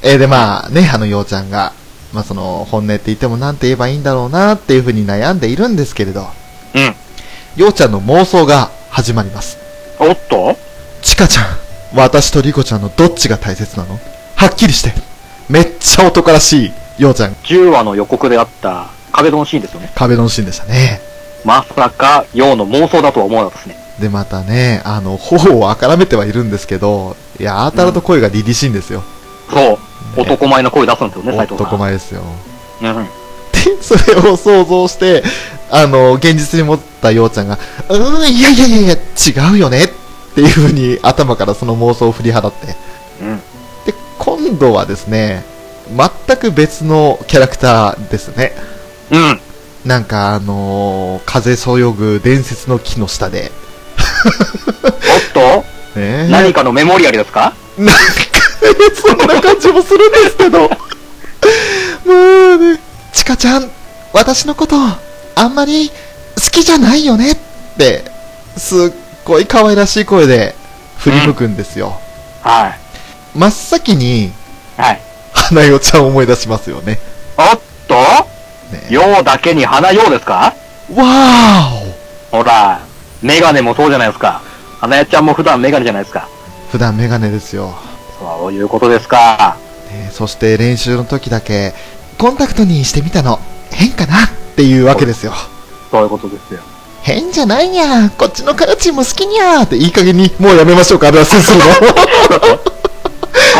えーで、まあね、あの、ようちゃんが、まあその、本音って言ってもなんて言えばいいんだろうなっていうふうに悩んでいるんですけれど、うん。ようちゃんの妄想が始まります。おっとちかちゃん、私とりこちゃんのどっちが大切なのはっきりして。めっちゃ男らしい、ようちゃん、 ?10 話の予告であった壁ドンシーンですよね。壁ドンシーンでしたね。まさか、陽の妄想だとは思わなかったですね。で、またね、あの、頬をあからめてはいるんですけど、いや、あーたらと声が凛々しいんですよ。そう。ね男前の声出すんですよね、斉藤さん。男前ですよ。うん。で、それを想像して、あの、現実に持ったようちゃんが、うーん、いやいやいやいや、違うよねっていう風に頭からその妄想を振り払って。うん。で、今度はですね、全く別のキャラクターですね。うん。なんか、あのー風そよぐ伝説の木の下で。 おっとね何かのメモリアルですかなんか、そんな感じもするんですけど。もうね、ちかちゃん、私のこと、あんまり好きじゃないよねって、すっごい可愛らしい声で振り向くんですよ。はい。真っ先に、はい。花代ちゃんを思い出しますよね。おっとね陽だけに花陽ですかわーおほら、メガネもそうじゃないですか。花屋ちゃんも普段メガネじゃないですか。普段メガネですよ。そういうことですか。ねそして練習の時だけ、コンタクトにしてみたの、変かなっていうわけですよ。そういうこと ですよ。変じゃないにゃこっちのカラチも好きにゃーっていい加減にもうやめましょうかあれはそうするのこ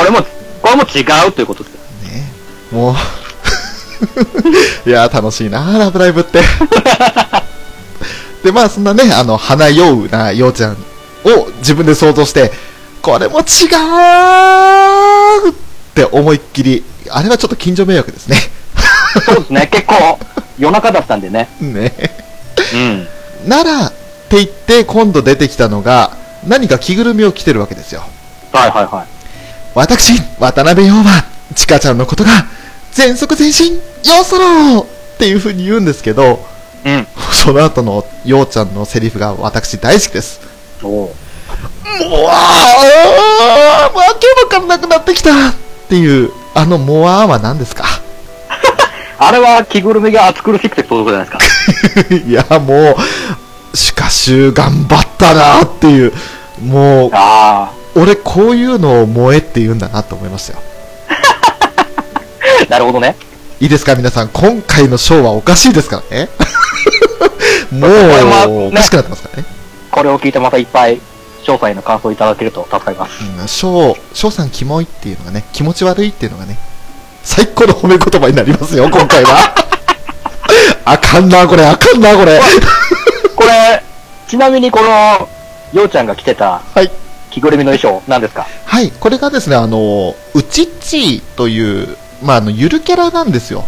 れも、これも違うということですよ。ねもう いやー楽しいなーラブライブってでまあそんなねあの花酔うなようちゃんを自分で想像してこれも違うって思いっきりあれはちょっと近所迷惑ですねそうですね、結構、夜中だったんでね。ねうん。ならって言って今度出てきたのが何か着ぐるみを着てるわけですよはいはいはい。私、渡辺陽は、ちかちゃんのことが、全速前進、よそろっていう風に言うんですけど、うん。その後の陽ちゃんのセリフが私大好きです。おうもわーわけわかんなくなってきたっていう、あのもわーは何ですか あれは着ぐるみが暑苦しくてってことじゃないですか。いや、もう、しかし頑張ったなーっていう、もう、あ俺こういうのを萌えって言うんだなと思いましたよ。あ、なるほどね。いいですか皆さん、今回のショーはおかしいですからね。 もはう、ねおかしくなってますからね。これを聞いてまたいっぱい、詳細の感想いただけると助かります。うん、ショー、ショーさんキモいっていうのがね、気持ち悪いっていうのがね、最高の褒め言葉になりますよ、今回 は。あかんな、これ、あかんな、これ。これ、ちなみにこの、ようちゃんが着てたはい。着ぐるみの衣装、何ですかはい、これがですね、あの、うちっちーという、まあ、あの、ゆるキャラなんですよ。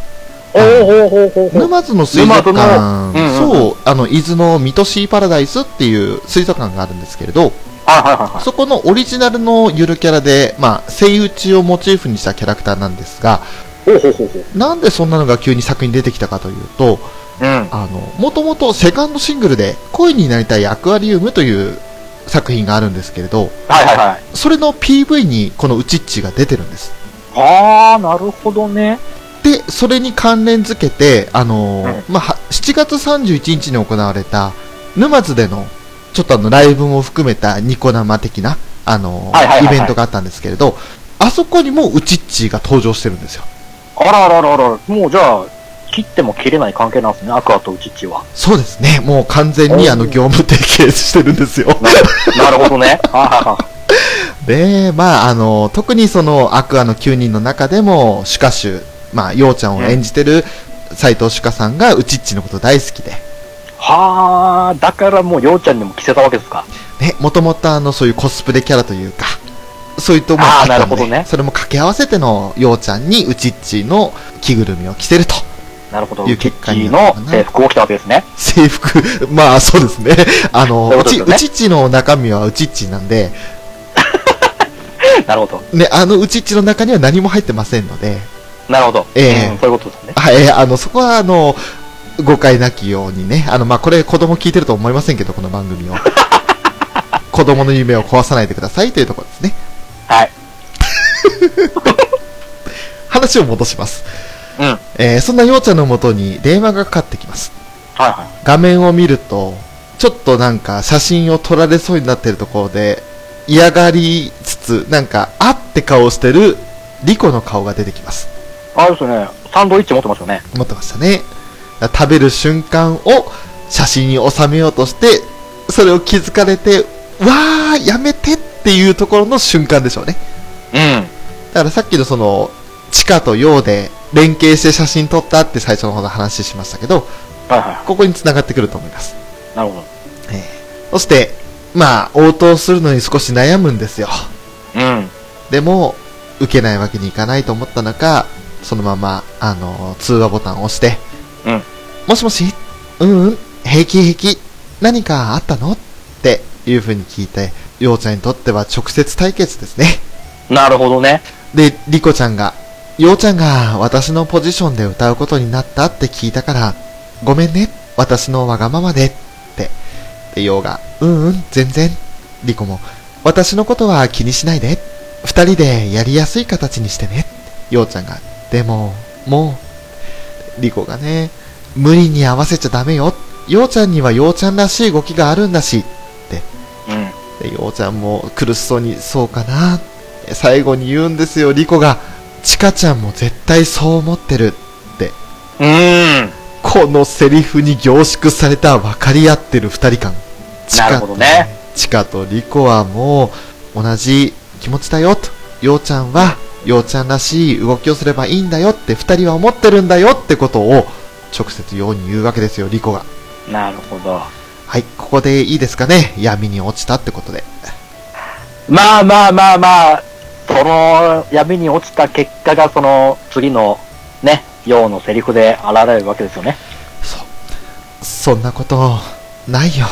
おおほうほうほ沼津の水族沼館、津のうんうんうんそう、あの、伊豆の水戸シーパラダイスっていう水族館があるんですけれど、はいはいはいはい。そこのオリジナルのゆるキャラで、まあ、声打ちをモチーフにしたキャラクターなんですが、おうほうほうほう。なんでそんなのが急に作品に出てきたかというと、うん。あの、もともとセカンドシングルで恋になりたいアクアリウムという作品があるんですけれど、はいはいはい。それの PV にこのウチッチが出てるんです。ああ、なるほどね。で、それに関連づけて、あのーまあ、は7月31日に行われた、沼津での、ちょっとあの、ライブも含めたニコ生的な、あのーはいはいはいはいイベントがあったんですけれど、あそこにもウチッチが登場してるんですよ。あらあらあらあら。もうじゃあ、切っても切れない関係なんですね、アクアとウチッチは。そうですね。もう完全にあの、おー業務提携してるんですよ。 なるほどね。 はいはいはい。で、まあ、あの、特にその、アクアの9人の中でも、シュカシュ、まあ、ようちゃんを演じてる斎藤シュカさんが、うちっちのこと大好きで、はあ、だからもう、ようちゃんにも着せたわけですか。ね、もともとあの、そういうコスプレキャラというか、そういったものがあったあーなるのほで、どねそれも掛け合わせての、ようちゃんに、うちっちの着ぐるみを着せると。なるほど。いう結果ウキッにチーなるのかな制服を着たわけですね。制服、 まあ、そうですね。あの、そういううことでち、すようねちっちの中身はうちっちなんで、なるほど。ね、あの、うちっちの中には何も入ってませんので、なるほど。ええうんそういうことですね。はい、えーあの、そこは、あの、誤解なきようにね、あの、まあ、これ子供聞いてると思いませんけど、この番 組を。子供の夢を壊さないでくださいというところですね。はい。話を戻します。うん。はいえーそんなようちゃんのもとに電話がかかってきます。は画面を見ると、ちょっとなんか写真を撮られそうになってるところで、嫌がりつつ、なんか、あって顔をしてる、リコの顔が出てきます。い。あれですよね。サンドイッチ持ってますよね。持ってましたね。食べる瞬間を写真に収めようとして、それを気づかれて、わー、やめてっていうところの瞬間でしょうね。うん。だからさっきのその、地下と陽で連携して写真撮ったって最初の方の話しましたけど、はいはここに繋がってくると思います。い。なるほええそして、まあ、応答するのに少し悩むんですよ。ど。うん。でも、受けないわけにいかないと思った中、そのまま、あの、通話ボタンを押して、うん。もしもしうんうん、平気平気。何かあったのっていう風に聞いて、ようちゃんにとっては直接対決ですね。なるほどね。で、リコちゃんが、ようちゃんが私のポジションで歌うことになったって聞いたから、ごめんね、私のわがままでって。で、ようが、うんうん、全然。リコも、私のことは気にしないで。二人でやりやすい形にしてね。ようちゃんが、でも、もう。リコがね、無理に合わせちゃダメよ。ようちゃんにはようちゃんらしい動きがあるんだし、うん。で、ようちゃんも苦しそうに、そうかなって最後に言うんですよ、リコが。チカちゃんも絶対そう思ってるって。うーん。このセリフに凝縮された分かり合ってる二人感。チなるカほとどねチカとリコはもう同じ気持ちだよと。ようちゃんは、ようちゃんらしい動きをすればいいんだよって二人は思ってるんだよってことを直接ように言うわけですよ、リコが。なるほど。はい、ここでいいですかね。闇に落ちたってことで。まあまあまあまあ、その闇に落ちた結果がその次のね、ようのセリフで現れるわけですよね。そ、そんなこと、ないよ。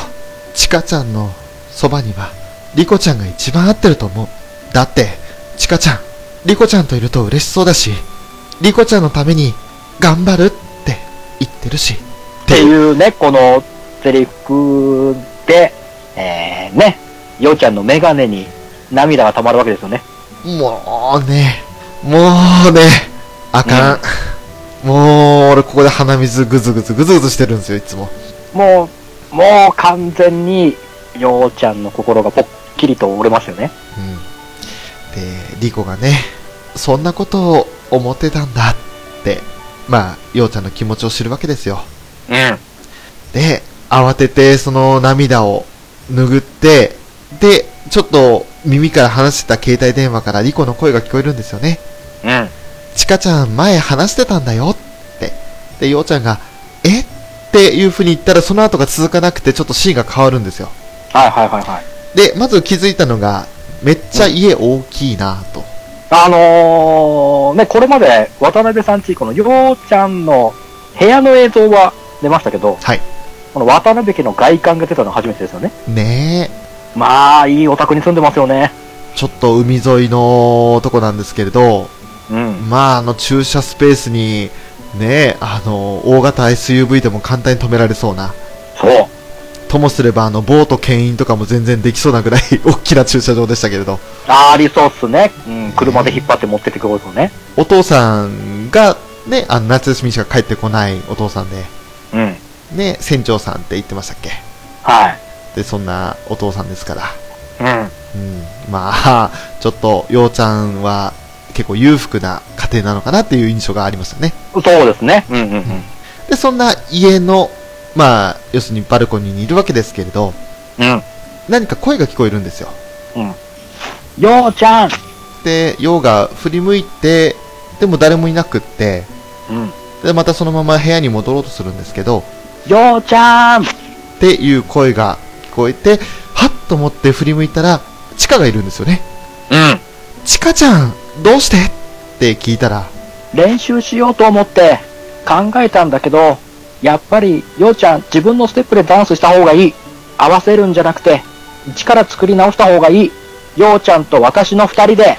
チカちゃんのそばには、リコちゃんが一番合ってると思う。だって、チカちゃん、リコちゃんといると嬉しそうだし、リコちゃんのために、頑張るって言ってるし。っってう。いうね、このセリフで、えー、ね、ようちゃんのメガネに涙が溜まるわけですよね。もうね、もうね、あかん。もう、俺ここで鼻水ぐずぐずぐずぐずしてるんですよ、いつも。もう、もう完全に、ようちゃんの心がぽっきりと折れますよね。うん。で、リコがね、そんなことを思ってたんだって、まあ、ようちゃんの気持ちを知るわけですよ。うん。で、慌ててその涙を拭って、で、ちょっと耳から話してた携帯電話からリコの声が聞こえるんですよね。うん。チカちゃん前話してたんだよって。で、ようちゃんが、えっていう風に言ったらその後が続かなくてちょっとシーンが変わるんですよ。はいはいはいはい。で、まず気づいたのが、めっちゃ家大きいなと。あのー、ね、これまで渡辺さんち、このようちゃんの部屋の映像は出ましたけど、はい。この渡辺家の外観が出たの初めてですよね。ねえ。まあ、いいお宅に住んでますよね。ちょっと海沿いのとこなんですけれど、うん。まあ、あの駐車スペースに、ね、あの、大型 SUV でも簡単に止められそうな。そう。ともすれば、あの、ボート牽引とかも全然できそうなぐらい 大きな駐車場でしたけれど、あーありそうっすね。うん、車で引っ張って持ってってくることね。お父さんが、ね、あの、夏休みしか帰ってこないお父さんで、うん。ね、船長さんって言ってましたっけはい。で、そんなお父さんですから。うん。うん、まあ、ちょっと、ようちゃんは結構裕福な家庭なのかなっていう印象がありましたね。そうですね。うんうんうん。で、そんな家の、まあ、要するにバルコニーにいるわけですけれど、うん。何か声が聞こえるんですよ。ようちゃんで、ヨウが振り向いて、でも誰もいなくって、うん。で、またそのまま部屋に戻ろうとするんですけど、ようちゃんっていう声が聞こえて、はっと思って振り向いたら、チカがいるんですよね。うん。チカちゃん、どうしてって聞いたら、練習しようと思って考えたんだけど、やっぱりようちゃん自分のステップでダンスした方がいい。合わせるんじゃなくて、一から作り直した方がいい。ようちゃんと私の二人で。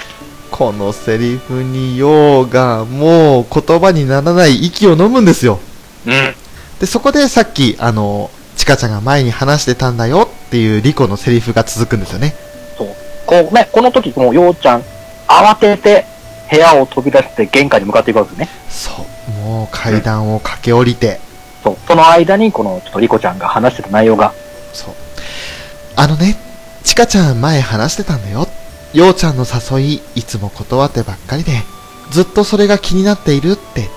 このセリフにヨウがもう言葉にならない息を飲むんですよ。うん。で、そこでさっき、あの、チカちゃんが前に話してたんだよっていうリコのセリフが続くんですよね。こうね、この時もうようちゃん慌てて部屋を飛び出して玄関に向かっていくわけですね。そう。もう階段を駆け下りて、そう。その間に、この、ちょっとリコちゃんが話してた内容が、そう。あのね、チカちゃん前話してたんだよ。ようちゃんの誘い、いつも断ってばっかりで、ずっとそれが気になっているって。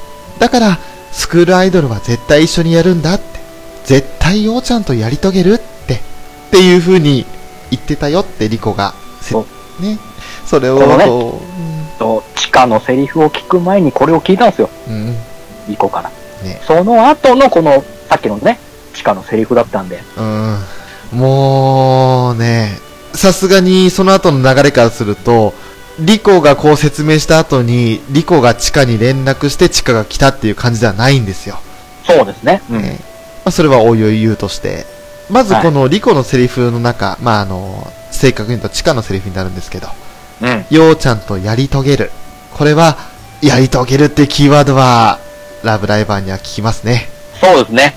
だから、スクールアイドルは絶対一緒にやるんだって。絶対ようちゃんとやり遂げるって。っていう風に言ってたよって、リコが。せそね。それを、このねこえっと地下のセリフを聞く前にこれを聞いたんですよ。ううん、うん、リコから。ねその後の、この、さっきのね、地下のセリフだったんで、うん。もうね、さすがにその後の流れからすると、リコがこう説明した後に、リコが地下に連絡して地下が来たっていう感じではないんですよ。そうですね。うん。ねまあ、それはおいおい言うとして。まずこのリコのセリフの中、まああの、正確に言うと地下のセリフになるんですけど、うん。ようちゃんとやり遂げる。これは、やり遂げるってキーワードは、ラブライバーには効きますね。そうですね。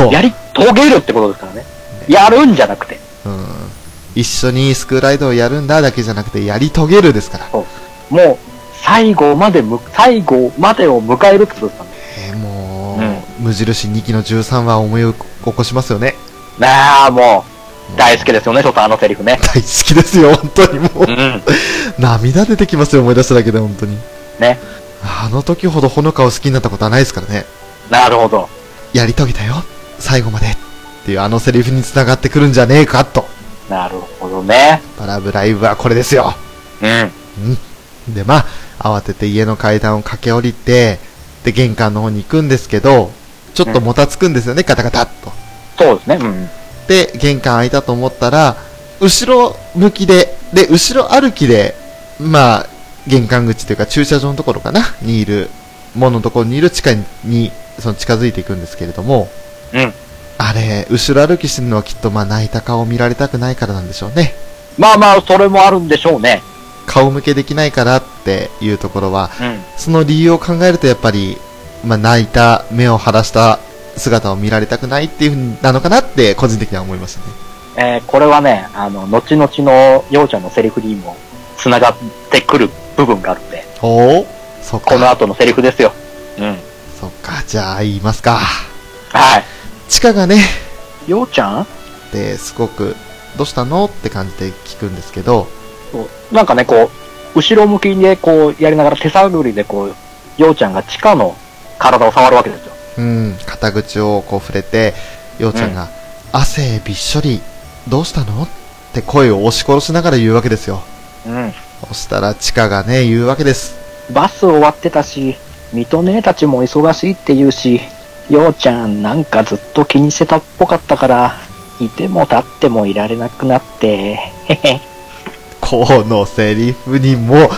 もうやり遂げるってことですからね。やるんじゃなくて、うん、一緒にスクールアイドルをやるんだだけじゃなくてやり遂げるですから、もう、最後までむ、最後までを迎えるってことですからね。えーもう、無印2期の13話を思い起こしますよねなあ、もう、大好きですよね、ちょっとあのセリフね。大好きですよ本当にもう、ん。涙出てきますよ思い出しただけで本当にね。あの時ほどほのかを好きになったことはないですからねなるほど。やり遂げたよ最後までっていうあのセリフに繋がってくるんじゃねえかとなるほどね。バラブライブはこれですようん。うん。で、まあ、慌てて家の階段を駆け下りて、で、玄関の方に行くんですけど、ちょっともたつくんですよね、ガタガタっと。そうですね。うん。で、玄関開いたと思ったら、後ろ向きで、で、後ろ歩きで、まあ、玄関口というか駐車場のところかな、にいる、門のところにいる地下に、その近づいていくんですけれども、うん。あれ、後ろ歩きしてるのはきっとまあ泣いた顔を見られたくないからなんでしょうね。まあまあ、それもあるんでしょうね。顔向けできないからっていうところは、うん。その理由を考えるとやっぱり、まあ、泣いた、目を晴らした姿を見られたくないっていうふうになのかなって個人的には思いましたね。えーこれはね、あの、後々のようちゃんのセリフにも繋がってくる部分があるんで、おおそっこのか。後のセリフですよ。うん。そっか。じゃあ言いますか。はチカがね、い。ようちゃんってすごく、どうしたのって感じで聞くんですけど、そうなんかね、こう、後ろ向きでこう、やりながら手探りでこう、ようちゃんが地下の体を触るわけですよ。うん、肩口をこう触れて、ようちゃんが、汗びっしょり、どうしたのって声を押し殺しながら言うわけですよ。うん。そしたらチカがね、言うわけです。バス終わってたし、水戸姉たちも忙しいって言うし、ようちゃんなんかずっと気にしてたっぽかったから、いても立ってもいられなくなって、へへ。このセリフにも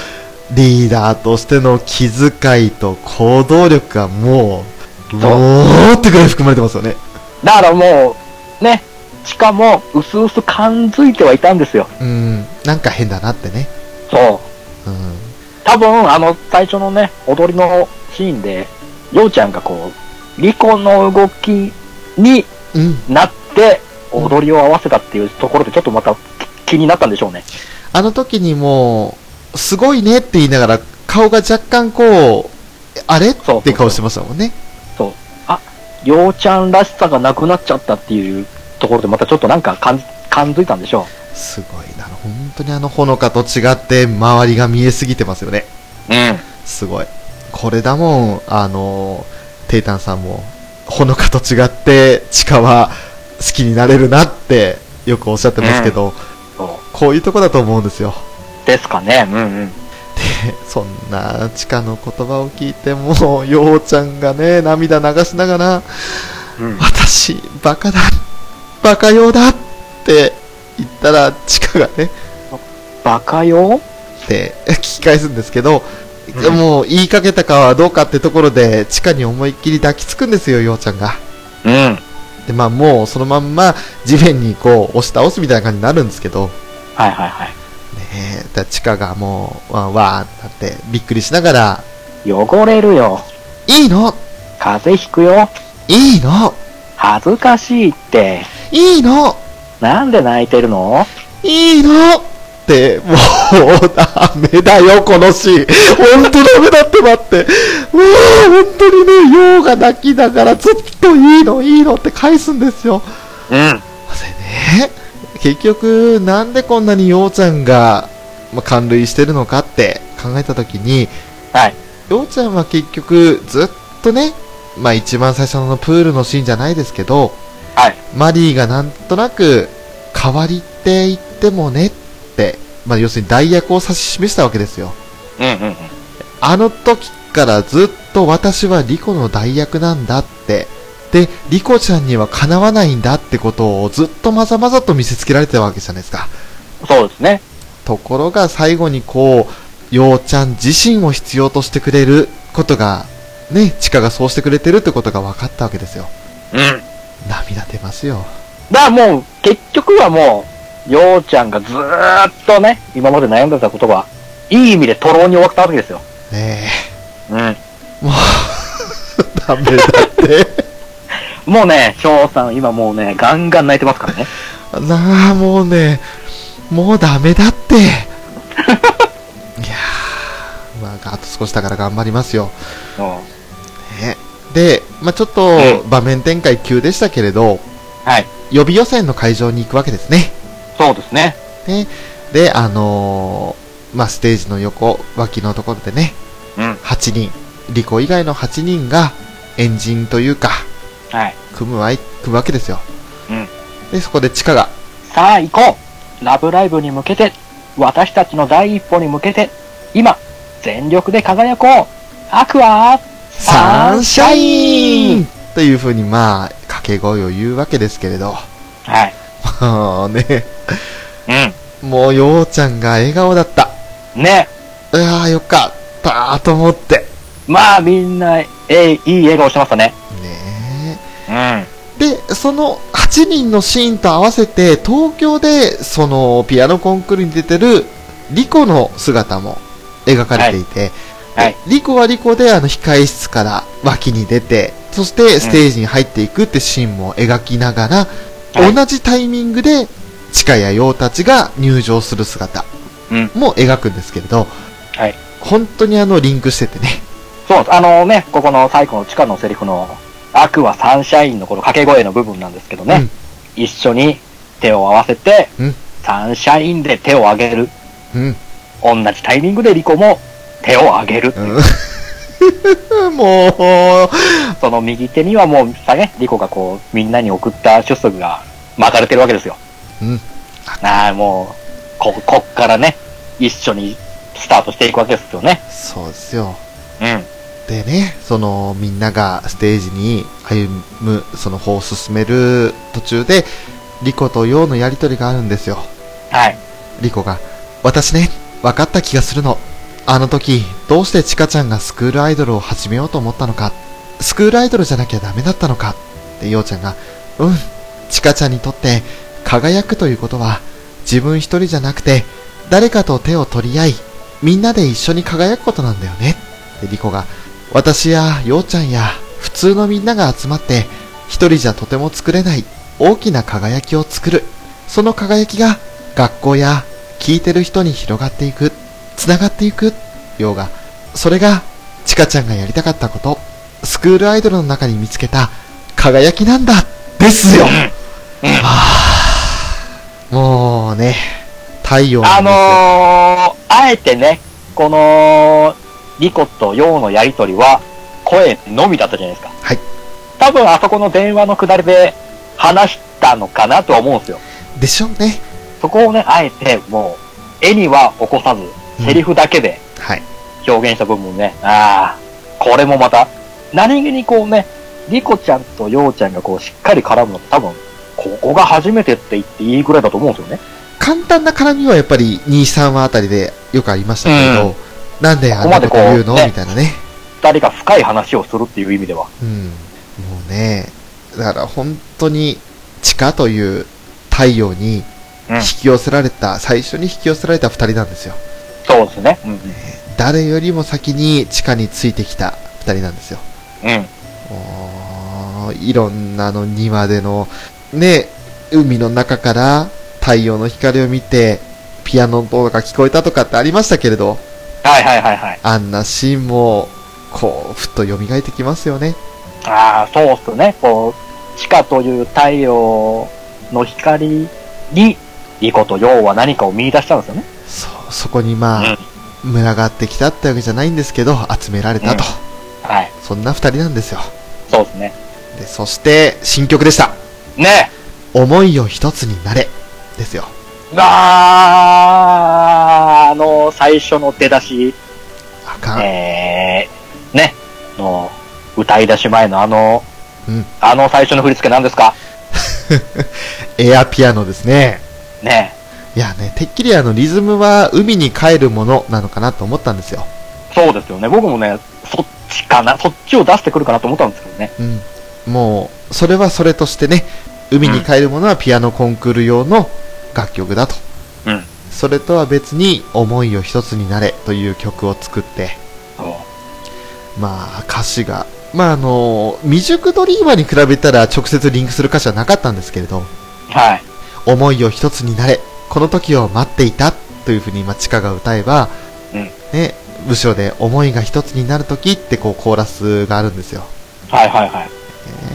リーダーとしての気遣いと行動力がもう、うもーってくらい含まれてますよね。だからもう、ね、しかも、うすうす感づいてはいたんですよ。うん、なんか変だなってね。そう。うん、多分、あの、最初のね、踊りのシーンで、ようちゃんがこう、リコの動きにうん。なって、踊りを合わせたっていうところで、ちょっとまた気になったんでしょうね。あの時にもう、すごいねって言いながら、顔が若干こう、あれっそうて顔してましたもんね。そう。あ、ようちゃんらしさがなくなっちゃったっていうところで、またちょっとなんか感感づいたんでしょすごいな。本当にあのほのかと違って、周りが見えすぎてますよね。う。うん。すごい。これだもん、あの、テイタンさんも、ほのかと違って、地下は好きになれるなって、よくおっしゃってますけど、そこういうとこだと思うんですよ。う。ですかね。うんうん。で、そんな、地下の言葉を聞いても、ようちゃんがね、涙流しながら、うん、私、バカだ、バカ用だって言ったら、地下がね、バカよって聞き返すんですけど、うんもう言いかけたかはどうかってところで、地下に思いっきり抱きつくんですよ、ようちゃんが。うん。で、まあもうそのまんま地面にこう押し倒すみたいな感じになるんですけど、ねはいはいはえ、だからチカがもう、わーわーってなってびっくりしながら、い。汚れるよ。いいの風邪ひくよ。いいの恥ずかしいって。いいのなんで泣いてるのいいのって、もう、ダメだよ、このシーン。本当ダメだってばって。もう、本当にね、ヨウが泣きながらずっといいの、いいのって返すんですよ。うん。それね、結局、なんでこんなにヨウちゃんが、まあ、感類してるのかって考えたときに、はい。ヨウちゃんは結局、ずっとね、まあ一番最初のプールのシーンじゃないですけど、はい。マリーがなんとなく、代わりって言ってもねって、まあ要するに代役を指し示したわけですよ。うんうんうん。あの時からずっと私はリコの代役なんだって。で、リコちゃんにはかなわないんだってことをずっとまざまざと見せつけられてたわけじゃないですか。そうですね。ところが最後にこう、ようちゃん自身を必要としてくれることが、ね、チカがそうしてくれてるってことが分かったわけですよ。うん。涙出ますよ。だからもう、結局はもう、ようちゃんがずーっとね、今まで悩んでたことが、いい意味でトロに終わったわけですよ。ねうん。え、もう、 ダメだって。もうね、翔さん、今もうね、ガンガン泣いてますから ね。なあ、もうね、もうダメだって。いやー、まあ、あと少しだから頑張りますよ。うん。ね、で、まあ、ちょっと場面展開急でしたけれど、はい。予備予選の会場に行くわけですね。そうですね。ねで、あのーまあ、ステージの横、脇のところでね、うん。 8人、リコ以外の8人が、エンジンというか、はい。組むわい組むわけですよ。うんで、そこで地下が、さあ行こうラブライブに向けて、私たちの第一歩に向けて、今、全力で輝こうアクアサンシャインという風にまあ、掛け声を言うわけですけれど、 はい。まあね、うもうようちゃんが笑顔だった。ん。ね。うわーよかったーと思って。まあみんな、ええいい笑顔してましたね。ねうん。えで、その8人のシーンと合わせて、東京でそのピアノコンクールに出てるリコの姿も描かれていて、はい。リコはリコであの控え室から脇に出て、そしてステージに入っていくってシーンも描きながら、はい同じタイミングで、チカやヨウたちが入場する姿うんも描くんですけれど、はい本当にあの、リンクしててね。そうです。あのね、ここの最後の地下のセリフの、アクアサンシャインのこの掛け声の部分なんですけどね、うん一緒に手を合わせて、うんサンシャインで手を上げる。うん。同じタイミングでリコも手を上げる。うん もその右手にはもうさね、リコがこう、みんなに送った出足が巻かれてるわけですよ。う、うん。ああ、もう、こ、こっからね、一緒にスタートしていくわけですよね。そうですよ。うん。でね、その、みんながステージに歩む、その方を進める途中で、リコとヨウのやりとりがあるんですよ。はい。リコが、私ね、分かった気がするの。あの時、どうしてチカちゃんがスクールアイドルを始めようと思ったのか。スクールアイドルじゃなきゃダメだったのか。で、ようちゃんが、うん、チカちゃんにとって、輝くということは、自分一人じゃなくて、誰かと手を取り合い、みんなで一緒に輝くことなんだよね。で、リコが、私やようちゃんや、普通のみんなが集まって、一人じゃとても作れない、大きな輝きを作る。その輝きが学校や聞いてる人に広がっていく、つながっていく、ようが、それが、ちかちゃんがやりたかったこと、スクールアイドルの中に見つけた、輝きなんだ、ですよ、もうね、太陽あなんですよのー、あえてね、この、リコとヨウのやりとりは、声のみだったじゃないですか。はい。多分あそこの電話のくだりで話したのかなとは思うんですよ。でしょうね。そこをね、あえて、もう、絵には起こさず、セリフだけで、はい。表現した部分ね、ああ、これもまた、何気にこうね、リコちゃんとヨウちゃんがこうしっかり絡むのって多分、ここが初めてって言っていいぐらいだと思うんですよね。簡単な絡みはやっぱり2、3話あたりでよくありましたけれど、なんであんなこと言うのここまでこうねみたいなね。二人が深い話をするっていう意味では。うん。もうね、だから本当に地下という太陽にうん引き寄せられた、最初に引き寄せられた二人なんですよ。そうですね。うん。うん。誰よりも先に地下についてきた二人なんですよ。もういろんなあの庭での、ね、海の中から太陽の光を見て、ピアノの音が聞こえたとかってありましたけれど、はいはいはいはい。あんなシーンも、こう、ふっと蘇ってきますよね。ああ、そうっすね。こう、地下という太陽の光に、イコと陽は何かを見出したんですよね。そう、そこにまあ、群がってきたってわけじゃないんですけど、集められたと。はい。そんな二人なんですよ。そうですね。で、そして、新曲でした。ね思いを一つになれ。ですよ。え。あーあの、最初の出だし、あかん。えー、ね、の、歌い出し前のあの、うん あの最初の振り付け何ですかエアピアノですね。ねいやね、てっきりあのリズムは海に帰るものなのかなと思ったんですよ。え。そうですよね。僕もね、そっちかな、そっちを出してくるかなと思ったんですけどね。うん。もう、それはそれとしてね、海に帰るものはピアノコンクール用の楽曲だと。うん。それとは別に、思いを一つになれという曲を作って、そうまあ歌詞が、まああの、未熟ドリーマーに比べたら直接リンクする歌詞はなかったんですけれど、はい。思いを一つになれ、この時を待っていたというふうに、まあ、チカが歌えば、うんね、部署で思いが一つになる時ってこうコーラスがあるんですよ。はいはいはい。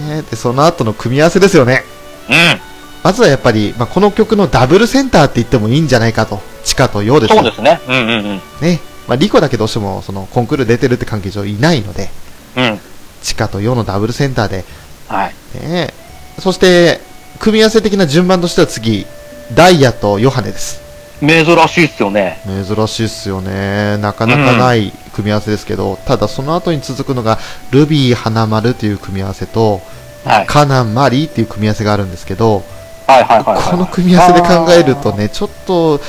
えーで、その後の組み合わせですよね。うん。まずはやっぱり、まあ、この曲のダブルセンターって言ってもいいんじゃないかと。チカとヨウですよそうですね。うんうんうん。ね。まあ、リコだけどうしても、その、コンクール出てるって関係上いないので、うん。チカとヨウのダブルセンターで、はい。ねそして、組み合わせ的な順番としては次、ダイヤとヨハネです。珍しいっすよね。珍しいっすよね。なかなかない組み合わせですけど、ただその後に続くのが、ルビー、花丸という組み合わせと、はい。カナン、マリーっていう組み合わせがあるんですけど、はいはいはい、はい。この組み合わせで考えるとね、ちょっと、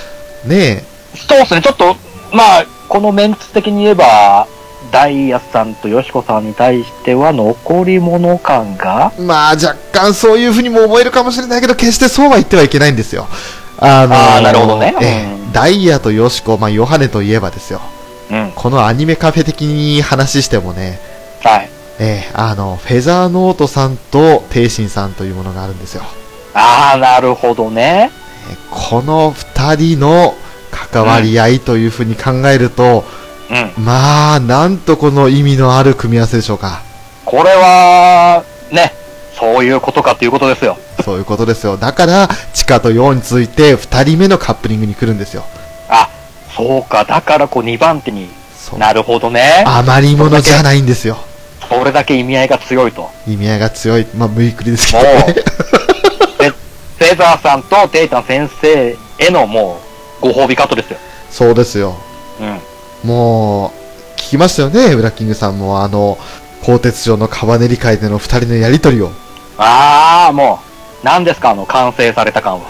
ねあー。そうっすね。ちょっと、まあ、このメンツ的に言えば、ダイヤさんとヨシコさんに対しては残り物感が、まあ若干そういうふうにも思えるかもしれないけど、決してそうは言ってはいけないんですよ。あのあーなるほどねええうんダイヤとヨシコ、まあヨハネといえばですよ。うん。このアニメカフェ的に話してもね、はい。ええあの、フェザーノートさんとテイシンさんというものがあるんですよ。ああ、なるほどね。えこの二人の関わり合いというふうに考えると、うん。まあ、なんとこの意味のある組み合わせでしょうか。これは、ね、そういうことかということですよ。そういうことですよ。だから、チカとヨウについて二人目のカップリングに来るんですよ。あ、そうか。だから、こう、2番手にそう。なるほどね。余り物じゃないんですよ。それだけ意味合いが強いと。意味合いが強い。まあ、無理くりですけもどうね。、フェフェザーさんとデータ先生へのもう、ご褒美カットですよ。 そうですよ。うん。もう、聞きましたよね、ウラキングさんも、あの、鋼鉄城のカバネリ会での二人のやりとりを。ああ、もう、何ですか、あの、完成された 感は。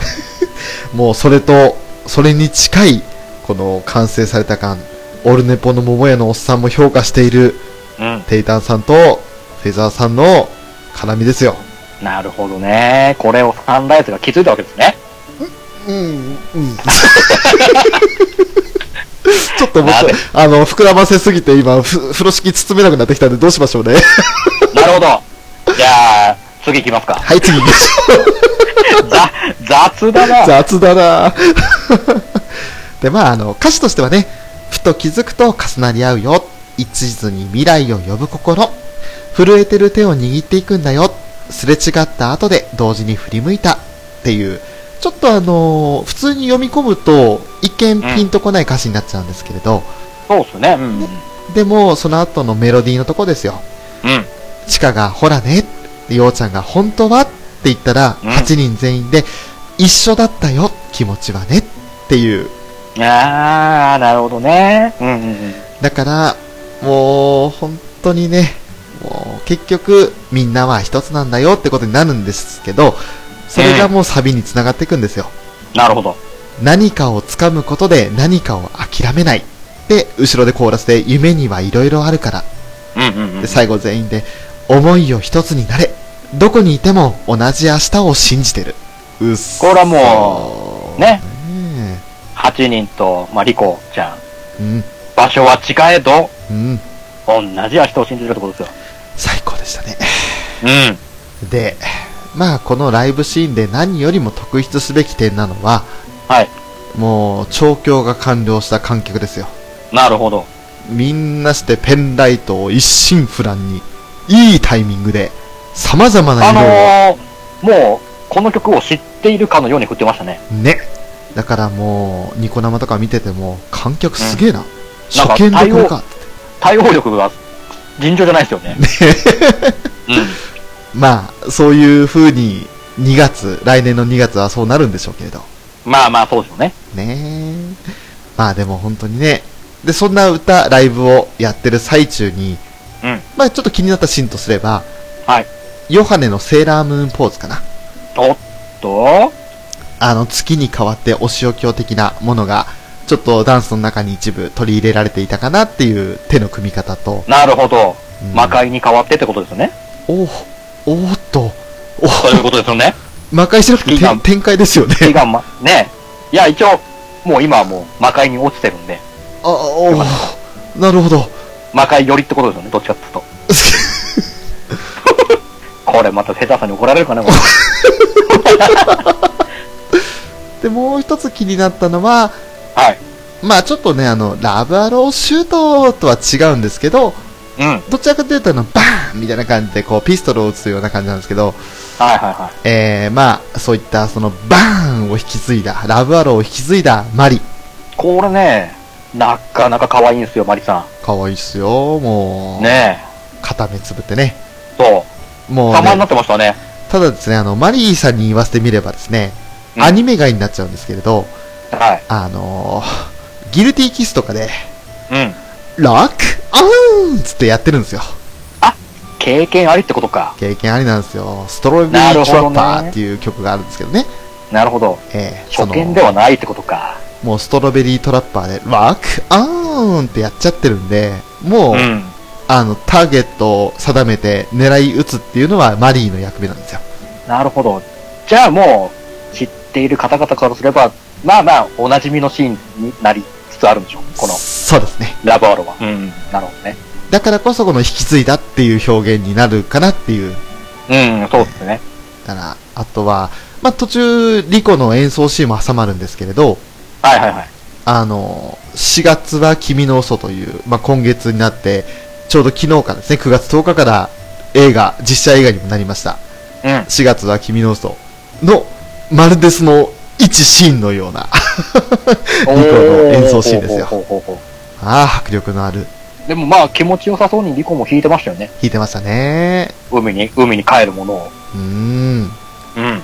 もうそれと、それに近い、この完成された感、オルネポの桃屋のおっさんも評価している、うん。テイタンさんと、フェザーさんの絡みですよ。なるほどね。これをサンライズが気づいたわけです ね。うん、うん。 ちょっと僕なべ、あの、膨らませすぎて今、ふ風呂敷包めなくなってきたんでどうしましょうね。なるほど。じゃあ、次行きますか。 はい、次行きましょう。ざ、雑だな。雑だな で、まあ、あの、歌詞としてはね、ふと気づくと重なり合うよ。一途に未来を呼ぶ心。震えてる手を握っていくんだよ。すれ違った後で同時に振り向いた。っていう、ちょっとあのー普通に読み込むと、一見ピンとこない歌詞になっちゃうんですけれど、そうっすね。うん。うん。でも、その後のメロディーのとこですよ。うん。チカが、ほらね、ようちゃんが、本当はって言ったら、うん8人全員で、一緒だったよ、気持ちはね、っていう。ああ、なるほどね。うんうんうん。だから、もう、本当にね、もう、結局、みんなは一つなんだよってことになるんですけど、それがもうサビに繋がっていくんですよ。なるほど。何かを掴むことで何かを諦めない。で、後ろでコーラスで、夢にはいろいろあるから、うんうんうんで。最後全員で「思いを一つになれどこにいても同じ明日を信じてる」うっそこれはもうねね8人と、まあ、リコちゃん。えうん場所は違えど、うん同じ足を信じるってことですよ。最高でしたねうん。でまあこのライブシーンで何よりも特筆すべき点なのははい。もう、調教が完了した観客ですよ。なるほど。みんなしてペンライトを一心不乱に、いいタイミングで、様々なあ色を、のー、もう、この曲を知っているかのように振ってましたね。ね。だからもう、ニコ生とか見てても、観客すげえな。なんか初見でこれか。対応力が尋常じゃないですよね。うまあ、そういう風に、2月、来年の2月はそうなるんでしょうけれど。ん。まあまあ、そうですよね。ねえ。まあでも本当にね。で、そんな歌、ライブをやってる最中に、うんまあちょっと気になったシーンとすれば、はい。ヨハネのセーラームーンポーズかな。おっと、あの、月に代わってお仕置きを的なものが、ちょっとダンスの中に一部取り入れられていたかなっていう手の組み方と、なるほど。うん魔界に変わってってことですよね。おおおーっと、おそういうことですよね。魔界しなくていいな展展開ですよね。手がま、ねいや、一応、もう今はもう魔界に落ちてるんで、あ、おおなるほど。 魔界寄りってことですよね、どっちかっていうと。これまたセタさんに怒られるか な、これで、もう一つ気になったのは、はい。まあちょっとね、あの、ラブアローシュートとは違うんですけど、うん。はいどちらかというとあの、バーンみたいな感じで、こう、ピストルを撃つような感じなんですけど、はいはえー、まあそういったその、バーンを引き継いだ、ラブアローを引き継いだマリ。い。これね、なかなか可愛いんですよ、マリさ可愛いっすよ、もう。。ん。ね片目つぶってね。え。そもう。う、様にね、なってましたね。ただですね、あの、マリーさんに言わせてみればですね、うんアニメ外になっちゃうんですけれど、はい。あのー、ギルティーキスとかで、うん。ロックオンつってやってるんですよ。経験ありってことか。経験ありなんですよ。ストロベリなるー・ほトどラねッパーっていう曲があるんですけどね。なるほど。えー初見ではないってことか。もうストロベリートラッパーで、ロックオンってやっちゃってるんで、もう、うん。あの、ターゲットを定めて狙い撃つっていうのはマリーの役目なんですよ。なるほど。じゃあもう、知っている方々からすれば、まあまあ、おなじみのシーンになりつつあるんでしょう。このそうですね。ラブアロは。うん。なるほどね。だからこそこの引き継いだっていう表現になるかなっていう。うん、そうですね。だから、あとは、まあ、途中、リコの演奏シーンも挟まるんですけれど、はいはいはい。あの、4月は君の嘘という、まあ、今月になって、ちょうど昨日からですね、9月10日から映画、実写映画にもなりました。うん。 4月は君の嘘の、まるでその、一シーンのような、ニコの演奏シーンですよほうほうほうほああ、迫力のある、うでもまあ、気持ちよさそうにリコも弾いてましたよね。弾いてましたね。海に、海に帰るものを。うーん。うん。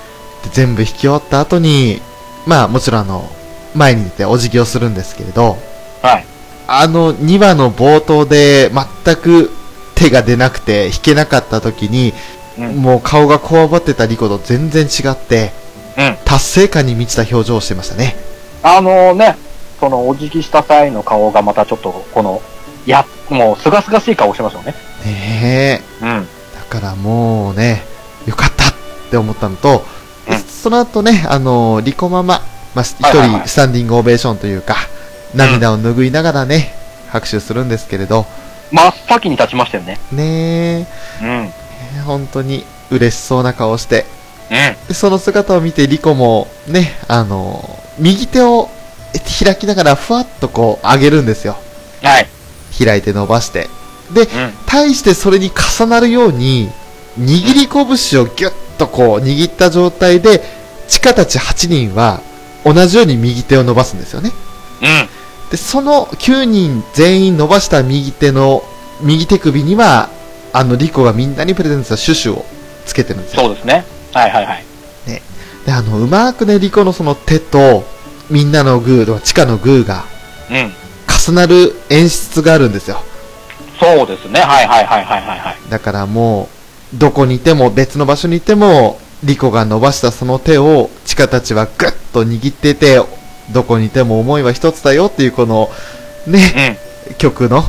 で全部弾き終わった後に、まあ、もちろんあの、前に出てお辞儀をするんですけれど、はい。あの2話の冒頭で全く手が出なくて弾けなかった時に、うん。もう顔がこわばってたリコと全然違って、うん達成感に満ちた表情をしてましたね。あのね、その、お辞儀した際の顔がまたちょっと、この、いや、もう、すがすがしい顔してますよね。ねうん。え。だからもうね、よかったって思ったのと、でうんその後ね、あの、リコママ、まあ、一はいはいはい人スタンディングオベーションというか、涙を拭いながらね、拍手するんですけれど、真っ先に立ちましたよね。ねうん。え、本当に嬉しそうな顔して、うん。でその姿を見てリコもね、あの右手を開きながらふわっとこう上げるんですよ。はい。開いて伸ばして。で、うん。対してそれに重なるように、握り拳をギュッとこう握った状態で、チカたち8人は同じように右手を伸ばすんですよね。うん。で、その9人全員伸ばした右手の、右手首には、あの、リコがみんなにプレゼントしたシュシュをつけてるんですよ。そうですね。はいはいはい。で、あの、うまくね、リコのその手と、みんなのグーとか、地下のグーが、うん。重なる演出があるんですよ。そうですね。はいはいはいはいはいはい。だからもう、どこにいても、別の場所にいても、リコが伸ばしたその手を、チカたちはグッと握ってて、どこにいても思いは一つだよっていうこの、ね、う曲の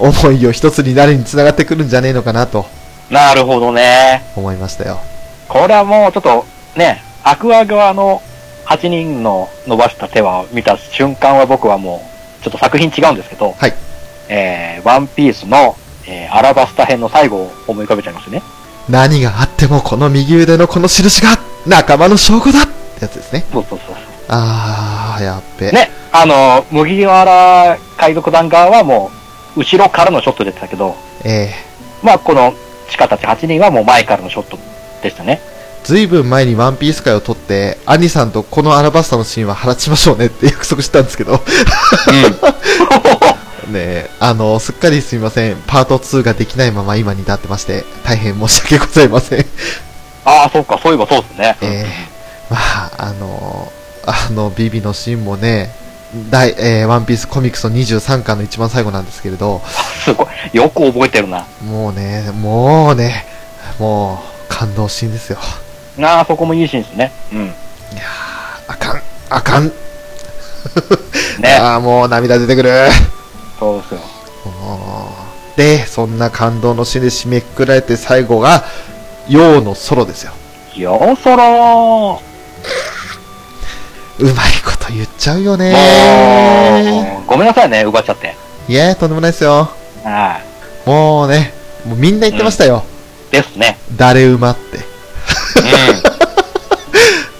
思いを一つになるに繋がってくるんじゃねえのかなとん。なるほどね。思いましたよ。これはもうちょっと、ね、アクア側の8人の伸ばした手は見た瞬間は僕はもう、ちょっと作品違うんですけど、はい。えー、ワンピースの、えー、アラバスタ編の最後を思い浮かべちゃいますね。何があってもこの右腕のこの印が、仲間の証拠だってやつですね。そうそうそう。あああ、やっべ。ね、あの、麦わら海賊団側はもう、後ろからのショットでしたけど、ええまあ、この、チカたち8人はもう前からのショットでし たね。ずいぶん前にワンピース会を撮って、アニさんとこのアラバスタのシーンは放ちましょうねって約束したんです けど、ねえ、あの、すっかりすみません。パート2ができないまま今に至ってまして、大変申し訳ございません。えああ、そうか、そういえばそうですね。えまあ、あの、あの、ビビのシーンもね、大、えーワンピースコミックスの23巻の一番最後なんですけれど、すごい。よく覚えてるな。もうね、もうね、もう、感動シーンですよ。なあ、そこもいいシーンですね。うん。いやーあかん、あかん。ね。ああ、もう涙出てくる。そうですよ。もうで、そんな感動のシーンで締めくくられて最後が、陽のソロですよ。よそろうまいこと言っちゃうよー、ねもうごめんなさいね、奪っちゃって。いやとんでもないですよ。はもうね、もうみんな言ってましたよ。い。で すね。誰馬って。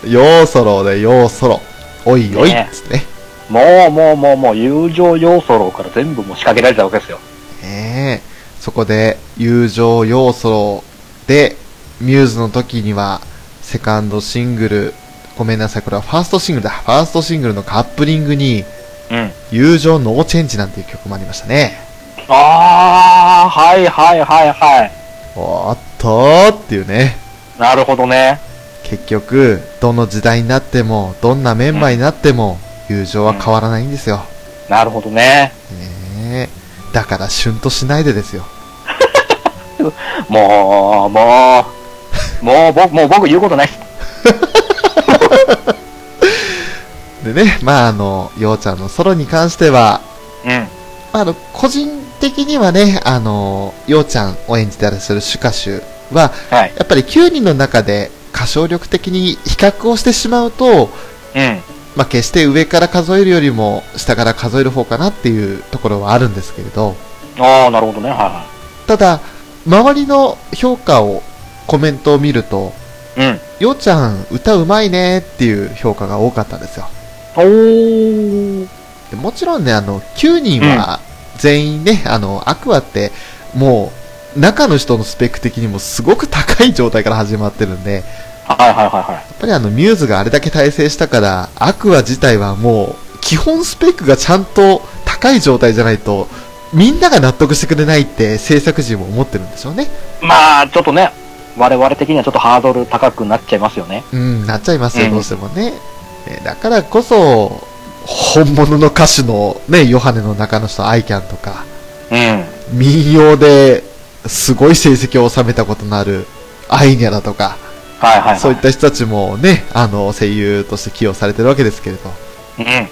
陽ソロで陽ソロ。おいおいっつってね。もう、もう、もう、もう、友情要素論から全部もう仕掛けられたわけですよ。ねえそこで、友情要素で、ミューズの時には、セカンドシングル、ごめんなさい、これはファーストシングルだ。ファーストシングルのカップリングに、うん。友情ノーチェンジなんていう曲もありましたね。ああ、はいはいはいはい。おーっとーっていうね。なるほどね。結局、どの時代になっても、どんなメンバーになっても、友情は変わらないんですよ。なるほどね。ねえだから、シュンとしないでですよ。もう、もう、もう、僕、もう僕言うことないっす。でね、まあ、あの、ようちゃんのソロに関しては、うん。まああの、個人的にはね、あの、ようちゃんを演じてらっしゃるシュカシュは、はい。やっぱり9人の中で歌唱力的に比較をしてしまうと、うん。まあ、決して上から数えるよりも下から数える方かなっていうところはあるんですけれど、ああ、なるほどね。はただ、周りの評価を、コメントを見ると、いはい。うん。ようちゃん歌うまいねっていう評価が多かったんですよ。おー。でもちろんね、あの、9人は全員ね、あの、アクアって、もう、中の人のスペック的にもすごく高い状態から始まってるんで、はいはいはいはい。やっぱりあの、ミューズがあれだけ大成したから、アクア自体はもう、基本スペックがちゃんと高い状態じゃないと、みんなが納得してくれないって制作陣も思ってるんでしょうね。まあ、ちょっとね、我々的にはちょっとハードル高くなっちゃいますよね。うん、なっちゃいますうよ、んどうしてもね。ねだからこそ、本物の歌手のね、ヨハネの中の人、アイキャンとか、うん。民謡ですごい成績を収めたことのあるアイニャだとか、はいはいはい。そういった人たちもね、あの、声優として起用されてるわけですけれど。うん。うん。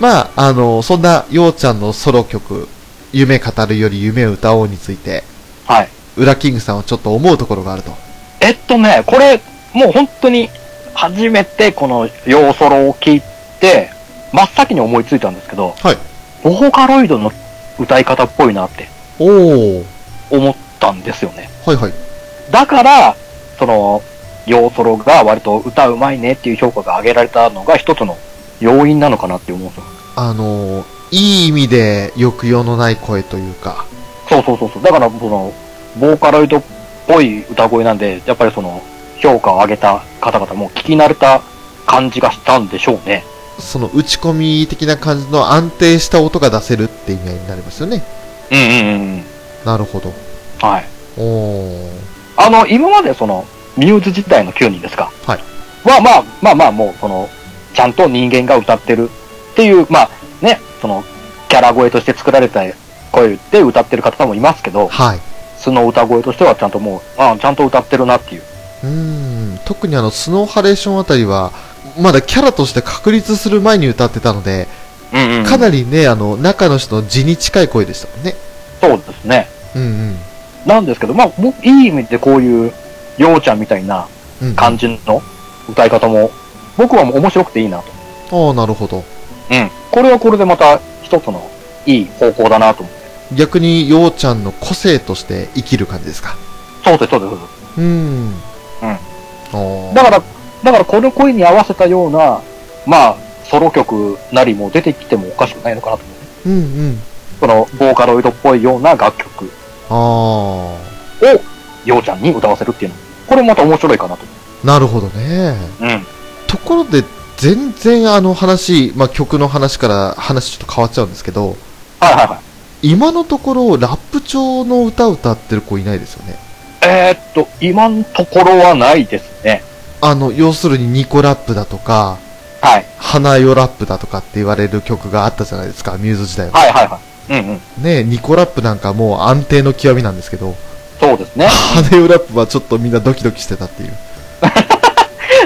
まあ、あの、そんな、ようちゃんのソロ曲、夢語るより夢を歌おうについて、はい。ウラキングさんはちょっと思うところがあると。えっとね、これ、もう本当に、初めてこの要ソロを聞いて、真っ先に思いついたんですけど、はい。ボーカロイドの歌い方っぽいなっておー。思ったんですよね。はいはい。だから、その、要ソロが割と歌うまいねっていう評価が上げられたのが一つの要因なのかなって思うんですよ。あの、いい意味で抑揚のない声というか、そうそうそうそう。だから、その、ボーカロイドっぽい歌声なんで、やっぱりその、評価を上げた方々も聞き慣れた感じがしたんでしょうね。その打ち込み的な感じの安定した音が出せるって意味合いになりますよね。うんうんうんうん。なるほど。はい。おー。あの、今までその、ミューズ自体の9人ですか。はい。は、まあ、まあまあ、もう、その、ちゃんと人間が歌ってるっていう、まあ、ね、その、キャラ声として作られた声で歌ってる方もいますけど、はい。素の歌声としてはちゃんともう、ああ、ちゃんと歌ってるなっていう。うーん。特にあの、スノーハレーションあたりは、まだキャラとして確立する前に歌ってたので、うんうん、かなりね、あの、中の人の字に近い声でしたもんね。そうですね。うんうん。なんですけど、まあ、もういい意味でこういう、ようちゃんみたいなうん、感じの歌い方も、僕はもう面白くていいなと。ああ、なるほど。うん。これはこれでまた一つのいい方向だなと思って。逆に、ようちゃんの個性として生きる感じですか。そうです、そうです、そうです。うーん。うんんおーだから、だからこの声に合わせたような、まあ、ソロ曲なりも出てきてもおかしくないのかなと思う。うんうん。その、ボーカロイドっぽいような楽曲を、あようちゃんに歌わせるっていうの。これまた面白いかなと思あ、なるほどね。う。うん。ところで、全然あの話、まあ、曲の話から話ちょっと変わっちゃうんですけど、はいはいはい。今のところラップ調の歌を歌ってる子いないですよね。えー、っと、今のところはないですね。あの、要するにニコラップだとか、はい。花よラップだとかって言われる曲があったじゃないですか、ミューズ時代は。はいはいはい。うんうん。ねニコラップなんかもう安定の極みなんですけど、。そうです ね花よラップはちょっとみんなドキドキしてたっていう。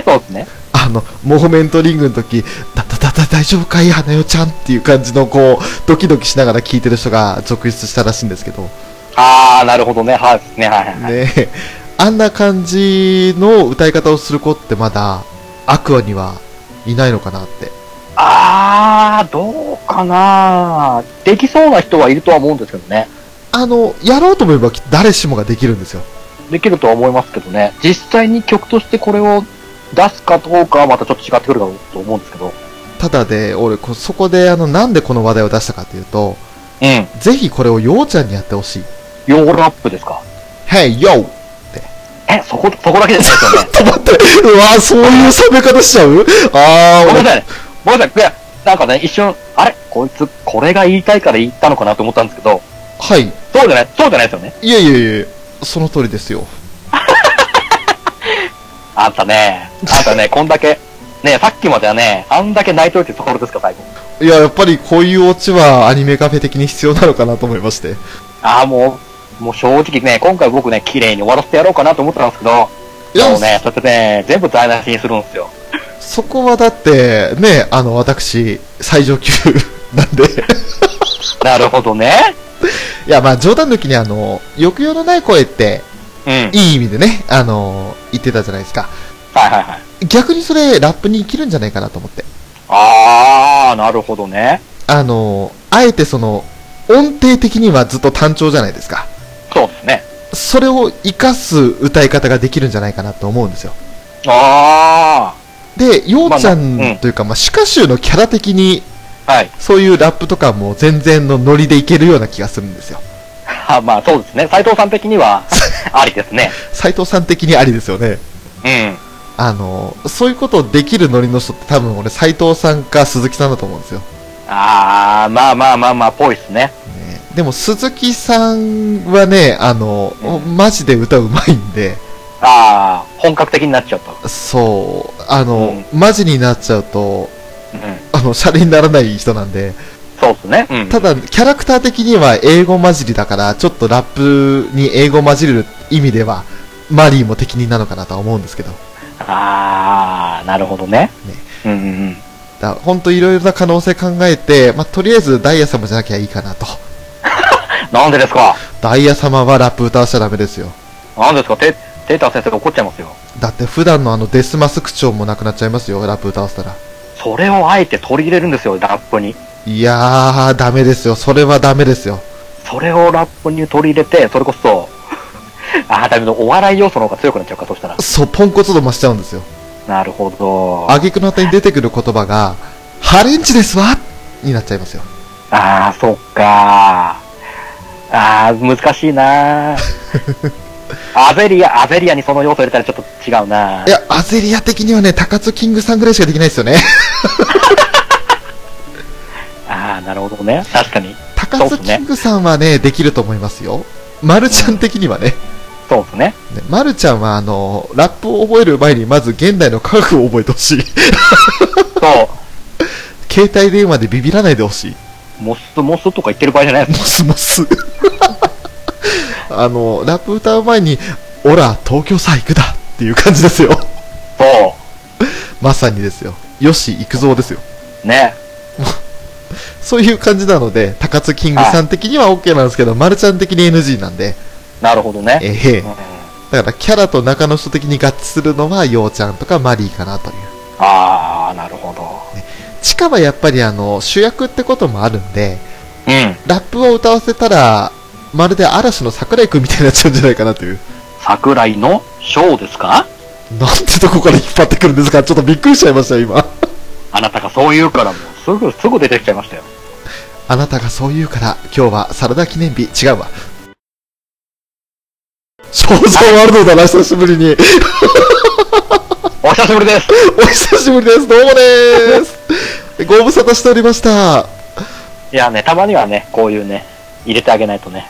そうですね。あの、モーメントリングの時、だだだだ大丈夫かい花代ちゃんっていう感じのこう、ドキドキしながら聴いてる人が続出したらしいんですけど、あー、なるほどね。はいですね。はいはいはい。ねえ、あんな感じの歌い方をする子ってまだ、アクアにはいないのかなって。あー、どうかなできそうな人はいるとは思うんですけどね。あの、やろうと思えば誰しもができるんですよ。できるとは思いますけどね。実際に曲としてこれを出すかどうかはまたちょっと違ってくるかと思うんですけど。ただで、俺、こそこで、あの、なんでこの話題を出したかっていうと、うん。ぜひこれをようちゃんにやってほしい。ヨーラップですか。 Hey, yo! え、そこ、そこだけですよ ね。止まって、 うわぁ、そういう喋り方しちゃうあごー、俺、めんなさいね。ごめんなさい。いや、なんかね、一瞬、あれこいつ、これが言いたいから言ったのかなと思ったんですけど、はい。そうじゃない、そうじゃないですよね。いやいやいや、その通りですよ。あんたね、あんたね、こんだけ、ね、さっきまではね、あんだけ泣いといてところですか、最後。いや、やっぱりこういうオチはアニメカフェ的に必要なのかなと思いまして。ああ、もう、もう正直ね、今回僕ね、綺麗に終わらせてやろうかなと思ってたんですけど、いやもうね、そうやってね、全部台無しにするんですよ。そこはだって、ね、あの、私、最上級 なんで。なるほどね。いや、まあ冗談抜きにあの、抑揚のない声って、うん。はいいい意味でね、あの、言ってたじゃないですか。はいはい。逆にそれ、ラップに生きるんじゃないかなと思って。ああ、なるほどね。あの、あえてその、音程的にはずっと単調じゃないですか。そうですね。それを活かす歌い方ができるんじゃないかなと思うんですよ。あで、ようちゃまあうんんというか、まあ、シカシューのキャラ的に、あ、はい。そういうラップとかも全然のノリでいけるような気がするんですよ。あまあそうですね。斉藤さん的に は、ありですね。斉藤さん的にありですよね。うん。あの、そういうことをできるノリの人って多分俺、斉藤さんか鈴木さんだと思うんですよ。ああ、まあまあまあまあ、ぽいですね。ねでも鈴木さんはね、あの、マジで歌うまいんで、ああ、本格的になっちゃった。そう、あの、マジになっちゃうと、うん。あの、シャレにならない人なんで、そうですね。うん。ただ、キャラクター的には英語混じりだから、ちょっとラップに英語混じる意味では、マリーも適任なのかなとは思うんですけど、ああ、なるほどね。うんうんうん。だ本当いろいろな可能性考えて、まあ、とりあえずダイヤ様じゃなきゃいいかなと。なんでですかダイヤ様はラップ歌わしちゃダメですよ。なんですかテテータ先生が怒っちゃいますよ。だって普段のあのデスマス口調もなくなっちゃいますよ、ラップ歌わせたら。それをあえて取り入れるんですよ、ラップに。いやー、ダメですよ。それはダメですよ。それをラップに取り入れて、それこそ、 ああ、だけどお笑い要素の方が強くなっちゃうか、そしたら。そう、ポンコツ度増しちゃうんですよ。なるほど。あ挙句の果てに出てくる言葉が、ハレンチですわになっちゃいますよ。あー、そっかー。ああ、難しいなー。アベリア、アベリアにその要素入れたらちょっと違うないや、アゼリア的にはね、高津キングさんぐらいしかできないですよ ね。ああ、なるほどね。確かに。高津キングさんはね、できると思いますよ。マルちゃん的にはね。そうですね。ね、ま、るちゃんはあの、ラップを覚える前にまず現代の科学を覚えてほ しい。そう。携帯電話でビビらないでほしい。モス、モスとか言ってる場合じゃないでモす。スモス。 あの、ラップ歌う前に、オラ、東京さ行くだっていう感じですよ。そまさにですよ。よし、行くぞですよ。う。ね。そういう感じなので、高津キングさん的には OK なんですけど、まるちゃん的に NG なんで、なるほどね。 ええうんだからキャラと中の人的に合致するのは、ようちゃんとかマリーかなという。ああ、なるほど。地下はやっぱりあの、主役ってこともあるんで、うん。ラップを歌わせたら、まるで嵐の桜井くんみたいになっちゃうんじゃないかなという。桜井のショーですかなんてとこから引っ張ってくるんですかちょっとびっくりしちゃいましたよ、今。あなたがそう言うからもうすぐ、すぐ出てきちゃいましたよ。 あなたがそう言うから、今日はサラダ記念日、違うわ。 少女ワールドだな、久しぶりに。お久しぶりですお久しぶりです、どうもでーす。 ご無沙汰しておりました。いやね、たまにはね、こういうね、入れてあげないとね。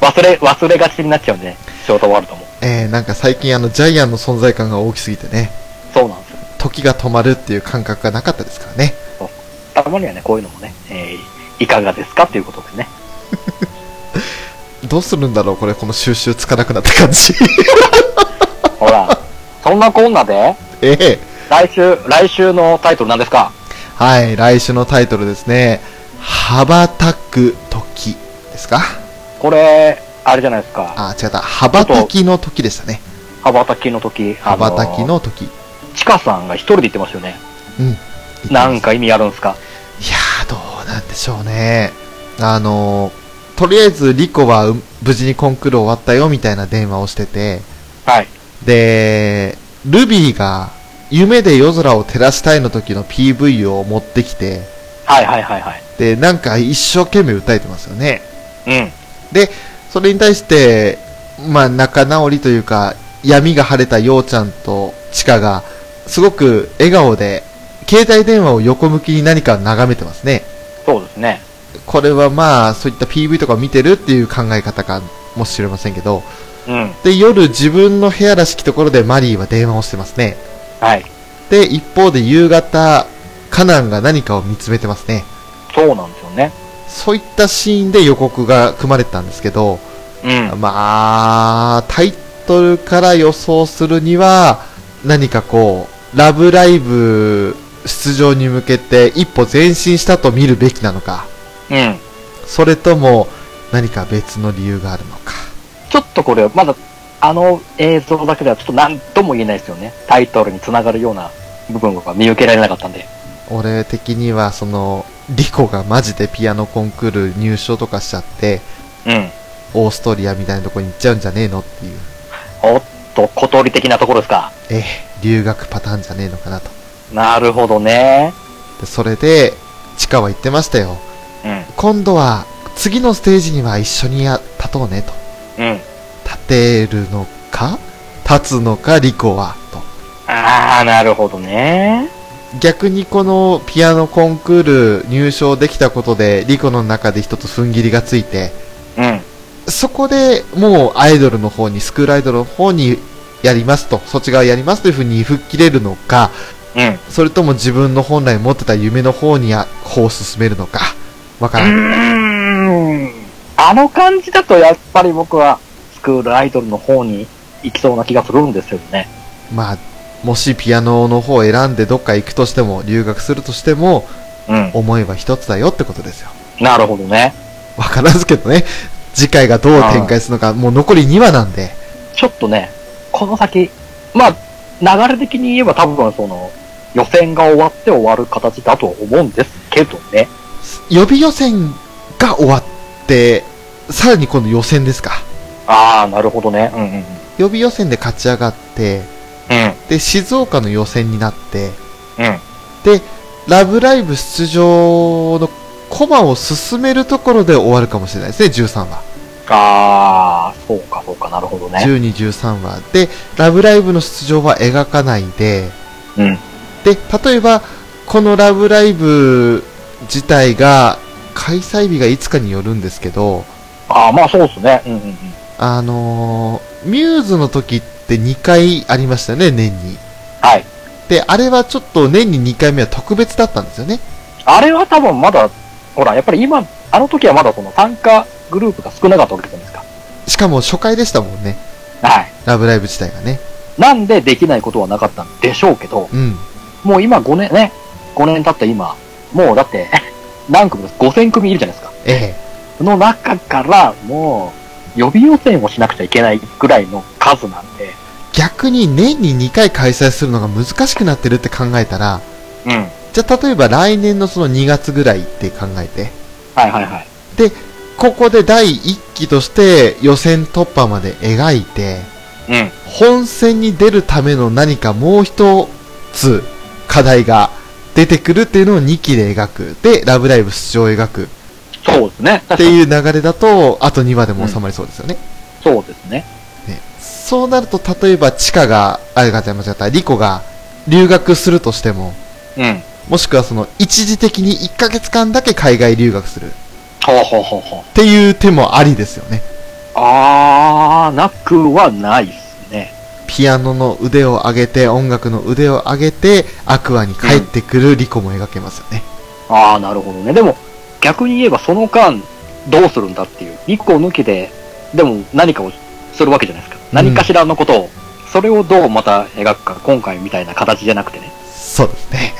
忘れ、忘れがちになっちゃうんでね、ショートワールドも。えー、なんか最近あの、ジャイアンの存在感が大きすぎてね、そうなんですよ。時が止まるっていう感覚がなかったですからね。たまにはね、こういうのもね、えー、いかがですかっていうことでね。どうするんだろう、これ、この収集つかなくなった感じ。 ほら、 そんなこんなで、ええ来週、来週のタイトルなんですかはい、来週のタイトルですね。羽ばたく時ですかこれ、あれじゃないですか。あ、違った。羽ばたきの時でしたね。羽ばたきの時、あ羽ばたきの。の時。チカさんが一人で言ってますよね。うん。なんか意味あるんですかいやー、どうなんでしょうね。あのー、とりあえず、リコはうん無事にコンクール終わったよ、みたいな電話をしてて、はい。で、ルビーが、夢で夜空を照らしたいの時の PV を持ってきて、はいはいはいはい。で、なんか一生懸命歌えてますよね。うん。それに対して、まあ、仲直りというか、闇が晴れた陽ちゃんとチカが、すごく笑顔で、携帯電話を横向きに何か眺めてますね。そうですね。これはまあ、そういった PV とかを見てるっていう考え方かもしれませんけど、うん。で、夜自分の部屋らしきところでマリーは電話をしてますね。はい。で、一方で夕方、カナンが何かを見つめてますね。そうなんですよね。そういったシーンで予告が組まれてたんですけど、うん。まあ、タイトルから予想するには、何かこう、ラブライブ出場に向けて一歩前進したと見るべきなのか、うん。それとも何か別の理由があるのか。ちょっとこれ、まだ、あの映像だけではちょっと何とも言えないですよね。タイトルにつながるような部分が見受けられなかったんで。俺的には、その、リコがマジでピアノコンクール入賞とかしちゃって、うん。オーストリアみたいなとこに行っちゃうんじゃねえのっていう、おっと、小鳥的なところですか。ええ、留学パターンじゃねえのかなと。なるほどね。で、それで、チカは言ってましたよ。うん。今度は次のステージには一緒にや立とうねとうん。立てるのか立つのかリコはとあー、なるほどね。逆にこのピアノコンクール入賞できたことでリコの中で一つ踏ん切りがついてうん。そこでもうアイドルの方にスクールアイドルの方にやりますとそっち側やりますというふうに吹っ切れるのかうん。それとも自分の本来持ってた夢の方にや方を進めるのかわからんうーんあの感じだとやっぱり僕はスクールアイドルの方に行きそうな気がするんですよね。まあもしピアノの方を選んでどっか行くとしても留学するとしてもうん。思えば一つだよってことですよ。なるほどね。わからんすけどね。次回がどう展開するのか、もう残り2話なんで。ちょっとね、この先、まあ、流れ的に言えば多分その、予選が終わって終わる形だと思うんですけどね。予備予選が終わって、さらに今度予選ですか。ああ、なるほどね。うんうんうん。予備予選で勝ち上がって、で、静岡の予選になって、うん。うん。ラブライブ出場のコマを進めるところで終わるかもしれないですね、13話。ああ、そうかそうか、なるほどね。 12、13話。で、ラブライブの出場は描かないで、うん。で、例えば、このラブライブ自体が、開催日がいつかによるんですけど、ああ、まあそうですね。うんうんうん。あのーミューズの時って2回ありましたよね、年に。はい。で、あれはちょっと年に2回目は特別だったんですよね。あれは多分まだ、ほら、やっぱり今、あの時はまだその参加グループが少なかったわけじゃないですか。しかも初回でしたもんね、はい。ラブライブ自体がね。なんでできないことはなかったんでしょうけど、うん。もう今5年ね、5年経った今、もうだって、 何組です ?5000 組いるじゃないですか。えその中から、もう、予備予選をしなくちゃいけないぐらいの数なんで、え逆に年に2回開催するのが難しくなってるって考えたら、うん。はいじゃあ例えば来年のその2月ぐらいって考えて、はいはい。ここで第1期として予選突破まで描いて、うん。本戦に出るための何かもう一つ課題が出てくるっていうのを2期で描く。で、ラブライブ出場を描く。っそうですね。て確かに。いう流れだと、あと2話でも収まりそうですよね。そうですね。ねそうなると、例えば、チカが、あ、間違った、リコが留学するとしても、うん。もしくはその、一時的に1ヶ月間だけ海外留学する。っほうほうほうほう。ていう手もありですよね。あー、なくはないですね。ピアノの腕を上げて、音楽の腕を上げて、アクアに帰ってくるリコも描けますよね。あー、なるほどね。でも、逆に言えばその間、どうするんだっていう。一個抜きで、でも何かをするわけじゃないですか。何かしらのことを。それをどうまた描くか。今回みたいな形じゃなくてね。そうですね。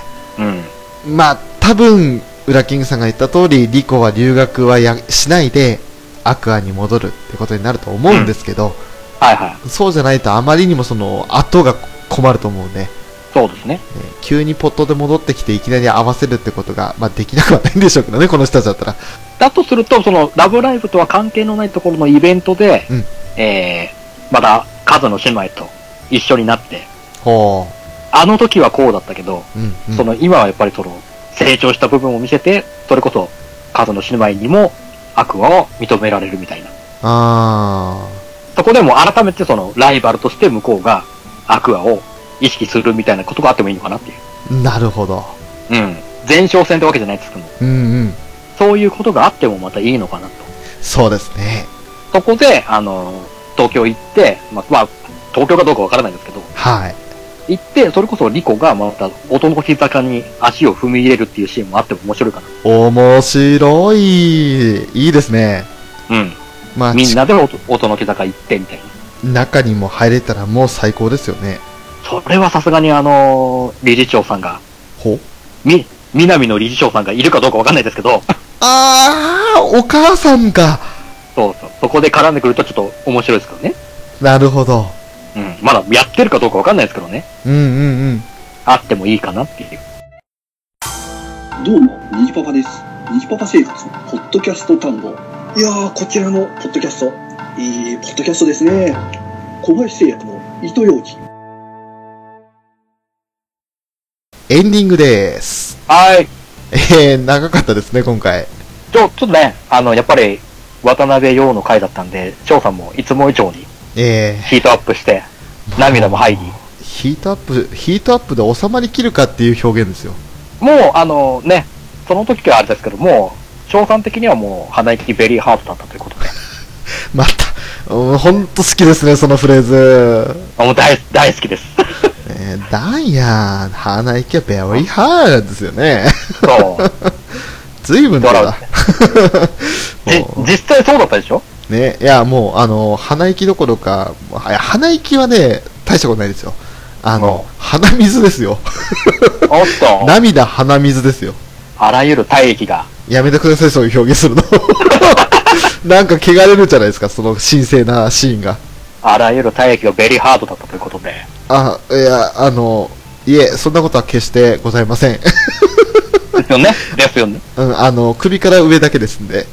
うん。まあ、多分、ウラキングさんが言った通り、リコは留学はやしないで、アクアに戻るってことになると思うんですけど、はいはい。そうじゃないとあまりにもその、後が困ると思うんで、ねそうですね。急にポットで戻ってきていきなり合わせるってことが、まあできなくはないんでしょうけどね、こ の人たちだったら。だとすると、その、ラブライブとは関係のないところのイベントで、うんえー、また、カズの姉妹と一緒になって、ほあの時はこうだったけど、う。うん、うん。その、今はやっぱりその、成長した部分を見せて、それこそ、カズの姉妹にも、アクアを認められるみたいな。あそこでも改めてその、ライバルとして向こうが、アクアを意識するみたいなことがあってもいいのかなっていう。ー、なるほど。うん。前哨戦ってわけじゃないですけども、うんうん。そういうことがあってもまたいいのかなと。そうですね。そこで、あの、東京行って、まあ、まあ、東京かどうかわからないですけど、はい。行って、それこそリコがまた男の坂に足を踏み入れるっていうシーンもあっても面白いか面白い。いいですね。な。うん。まあ、みんなで音の坂行ってみたいな。ち中にも入れたらもう最高ですよね。それはさすがにあの、理事長さんが、ほうみ、南の理事長さんがいるかどうかわかんないですけ ど、あー、お母さんか。そうそう。そこで絡んでくるとちょっと面白いですけどね。なるほど。うん。まだやってるかどうかわかんないですけどね。うんうんうん。あってもいいかなっていう。どうも、にじパパです。にじパパ生活のポッドキャスト探訪。いやー、こちらのポッドキャスト、いいポッドキャストですね。小林製薬の糸ようじ。エンディングです。はい。えー、長かったですね、今回。ちょ、ちょっとね、あの、やっぱり、渡辺陽の回だったんで、翔さんもいつも以上にえヒートアップして、涙も入り、ー、ヒートアップ、ヒートアップで収まりきるかっていう表現ですよ。もう、あのね、その時はあれですけど、もう、翔さん的にはもう、鼻息ベリーハートだったという ことで、また、うんほんと好きですね、そのフレーズ。あもう大大好きです。えー、ダイヤ、鼻息はベリーハードですよね。 そう。ずいぶんだな。じ もう実際そうだったでしょね、いや、もう、あの、鼻息どころか、もういや鼻息はね、大したことないですよ。あの、鼻水ですよ。おっと、涙、鼻水ですよ。あらゆる体液が、やめてください、そういう表現するの。 なんか、汚れるじゃないですか、その神聖なシーンが。あらゆる体液がベリーハートだったということで、あ、いや、あの、いえ、そんなことは決してございません。 ですよねですよね。うん、あの、首から上だけですん で。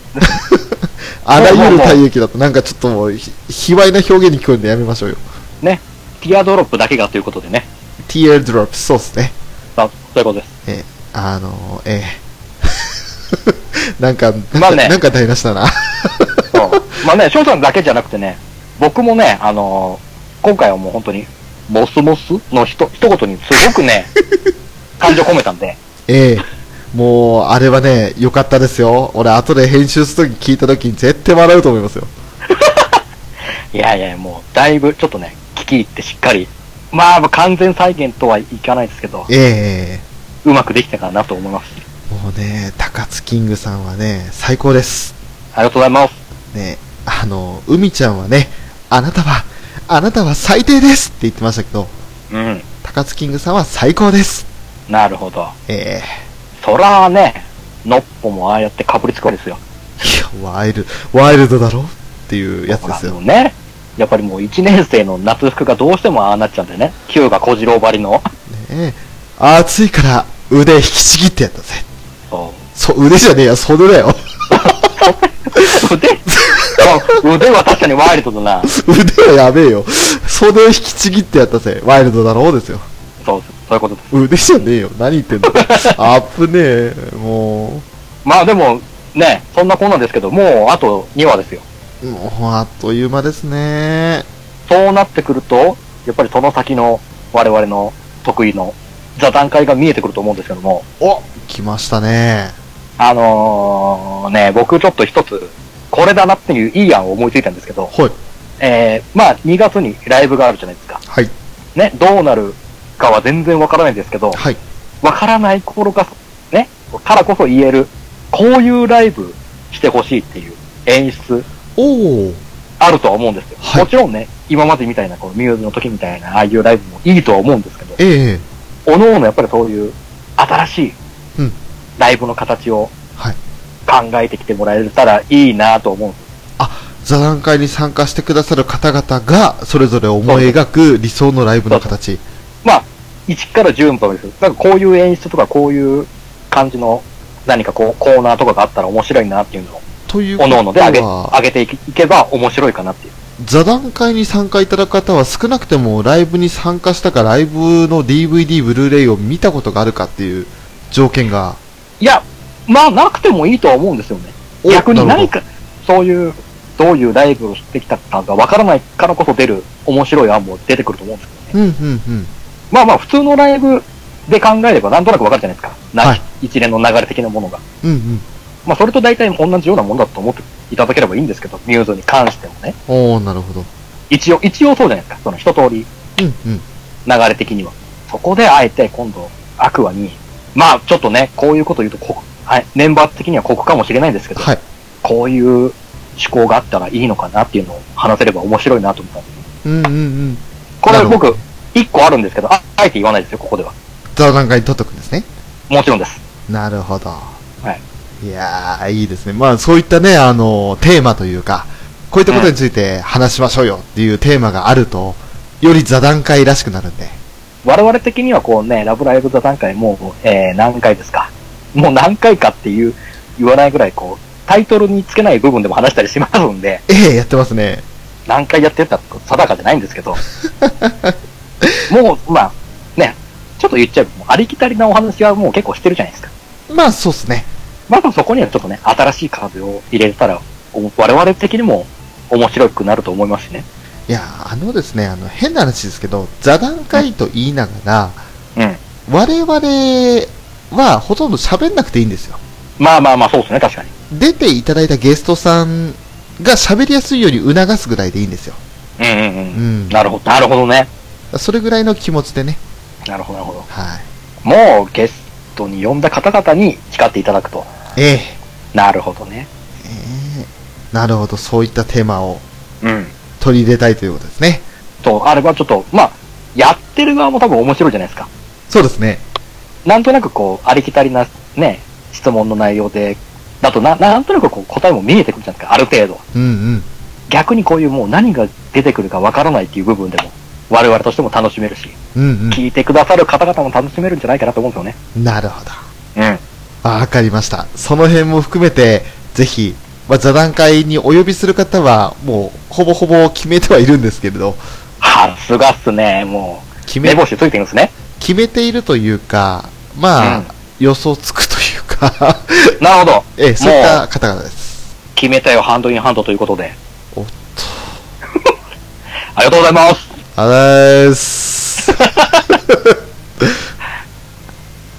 あらゆる体液だと、なんかちょっともうひ、卑猥な表現に聞こえるんでやめましょうよ。ね。ティアドロップだけがということでね。 tear drop, そうっすね。さあ、そういうことです。え、あの、え えなんか、まあねなんか台無しだな。そう。まあね、翔さんだけじゃなくてね、僕もね、あのー今回はもう本当に、モスモスのひと一言にすごくね、感情込めたんで、ええもう、あれはね、良かったですよ。俺、後で編集するとき聞いたときに絶対笑うと思いますよ。いやいや、もうだいぶちょっとね、聞き入ってしっかり、まあ完全再現とはいかないですけど、ええうまくできたかなと思います。もうね、高津キングさんはね、最高です。ありがとうございます。ね、あの、海ちゃんはね、あなたは、あなたは最低ですって言ってましたけど、うん。高津キングさんは最高です。なるほど。ええそらね、のっぽもああやってかぶりつくわけですよ。いや、ワイル、ワイルドだろっていうやつですあのよ。ね。やっぱりもう1年生の夏服がどうしてもああなっちゃうんでね。Q が小次郎ばりの。ねえ、暑いから腕引きちぎってやったぜ。そう。そ、腕じゃねえや、袖だよ。 腕あ腕は確かにワイルドだな。腕はやべえよ。袖を引きちぎってやったぜ。ワイルドだろうですよ。そう、そういうことです。腕じゃねえよ。何言ってんのあっぶねえ。もまあでも、ね、そんなこんなんですけど、もうあと2話ですよ。う、もう、あっという間ですね。そうなってくると、やっぱりその先の我々の得意の座談会が見えてくると思うんですけども、お来ましたね。あのーね、僕ちょっと一つ、これだなっていういい案を思いついたんですけど、はい。えー、まあ2月にライブがあるじゃないですか。はい。ね、どうなるかは全然わからないんですけど、はい。わからない頃か、ね、からこそ言える、こういうライブしてほしいっていう演出おー。あるとは思うんですよ。はいもちろんね、今までみたいな、このミューズの時みたいな、ああいうライブもいいとは思うんですけど、ええおのおのやっぱりそういう新しいうんライブの形をはい考えてきてもらえたらいいなと思うんです。座談会に参加してくださる方々が、それぞれ思い描く理想のライブの形。まあ、1から10までです。なんかこういう演出とかこういう感じの何かこうコーナーとかがあったら面白いなっていうのを、というこおとのおので上げは、上げていけいけば面白いかなっていう。座談会に参加いただく方は少なくてもライブに参加したかライブの DVD、ブルーレイを見たことがあるかっていう条件が、いや、まあ、なくてもいいとは思うんですよね。お逆になるほ何か、そういう、どういうライブをしてきたかがわからないからこそ出る面白い案も出てくると思うんですけどね。どうんうんうん。まあまあ、普通のライブで考えればなんとなくわかるじゃないですか。なはい一連の流れ的なものが。うんうん。まあ、それと大体同じようなものだと思っていただければいいんですけど、ミューズに関してもね。おー、なるほど。一応、一応そうじゃないですか。その一通りうんうん。流れ的には。そこであえて今度、アクアに、まあちょっとね、こういうこと言うと酷、はい、メンバー的には酷かもしれないんですけど、はい。こういう思考があったらいいのかなっていうのを話せれば面白いなと思ったんでうす。んうんうん。こなれるほど僕、一個あるんですけど、あ、あえて言わないですよ、ここでは。座談会に取っとくんですね。もちろんです。なるほど。。はいいやー、いいですね。まあ、そういったね、あの、テーマというか、こういったことについて話しましょうよっていうテーマがあると、より座談会らしくなるんで。我々的にはこうね、ラブライブ座談会もう、えー、何回ですか。もう何回かっていう、言わないぐらいこう、タイトルにつけない部分でも話したりしますんで、ええやってますね。何回やってたか定かじゃないんですけ ど、もう、まあ、ね、ちょっと言っちゃえば、もうありきたりなお話はもう結構してるじゃないですか。まあ、そうっすね。まずそこにはちょっとね、新しい風を入れたら、お我々的にも面白くなると思いますしね。いやー、あのですね、あの、変な話ですけど、座談会と言いながら、うん。我々はほとんど喋んなくていいんですよ。まあまあまあ、そうですね、確かに。出ていただいたゲストさんが喋りやすいように促すぐらいでいいんですよ。うんうんううん。ん。なるほど、なるほどね。それぐらいの気持ちでね。なるほど、なるほど。はい。もうゲストに呼んだ方々に光っていただくと。ええなるほどね。ええなるほど、そういったテーマをうん。取り入れたいということですね。と、あればちょっと、まあ、やってる側も多分面白いじゃないですか。そうですね。なんとなくこう、ありきたりなね、質問の内容で、だとな、なんとなくこう答えも見えてくるじゃないですか、ある程度。うんうん。逆にこういうもう何が出てくるかわからないっていう部分でも、我々としても楽しめるし、うん聞いてくださる方々も楽しめるんじゃないかなと思うんですようん。なるほど。ね。わかりました。その辺も含めて、ぜひ、まあ、座談会にお呼びする方は、もう、ほぼほぼ決めてはいるんですけれど、うん。はすがっすね、も決う、目め、星ついてるんですね。決めているというか、まあ、うん予想つくというか、 なるほど。ええ、そういった方々です。決めたよ、ハンドインハンドということで。おっと。ありがとうございます。あざーす。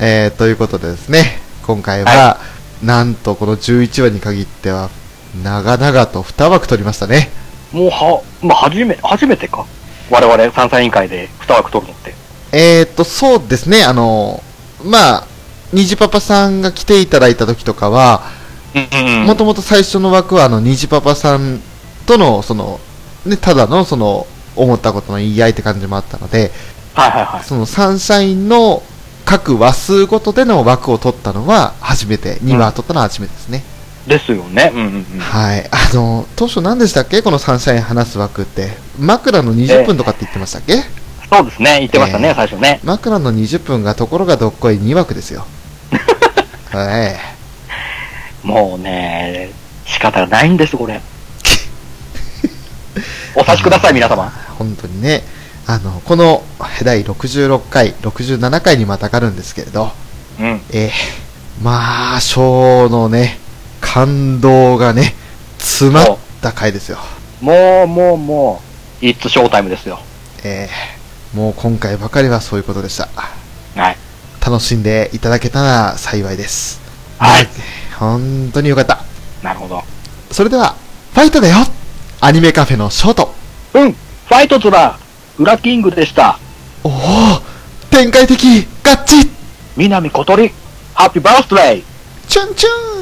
えー、ということでですね、今回は、なんとこの11話に限っては、長々と2枠取りましたね。もう、は、まあ、初め、初めてか。我々、参査委員会で2枠取るのって。えー、っと、そうですね、あの、まあ、虹パパさんが来ていただいた時とかは、うんもともと最初の枠は、あの、虹パパさんとの、その、ね、ただの、その、思ったことの言い合いって感じもあったので、はいはいはい。そのサンシャインの各話数ごとでの枠を取ったのは初めて、2話取ったのは初めてですね。ですよね。うんうんうん。はい。あの、当初何でしたっけこのサンシャイン話す枠って。枕の20分とかって言ってましたっけ、そうですね。言ってましたね、ええ最初ね。枕の20分がところがどっこい2枠 ですよ。はい。もうね、仕方が ないんです、これ。お察しください、皆様。本当にね。あの、この第66回、67回にまたがるんですけれど、うん。えーまあ、ショーのね、感動がね、詰まった回ですよ。もう、もう、もう、イッツショータイムですよ。えーもう今回ばかりはそういうことでした。はい。楽しんでいただけたら幸いです。はい。本当によかった。なるほど。それでは、ファイトだよアニメカフェのショート。うん、ファイトズラ、ウラキングでした。おお展開的合致南小鳥、ハッピーバースデーチュンチュン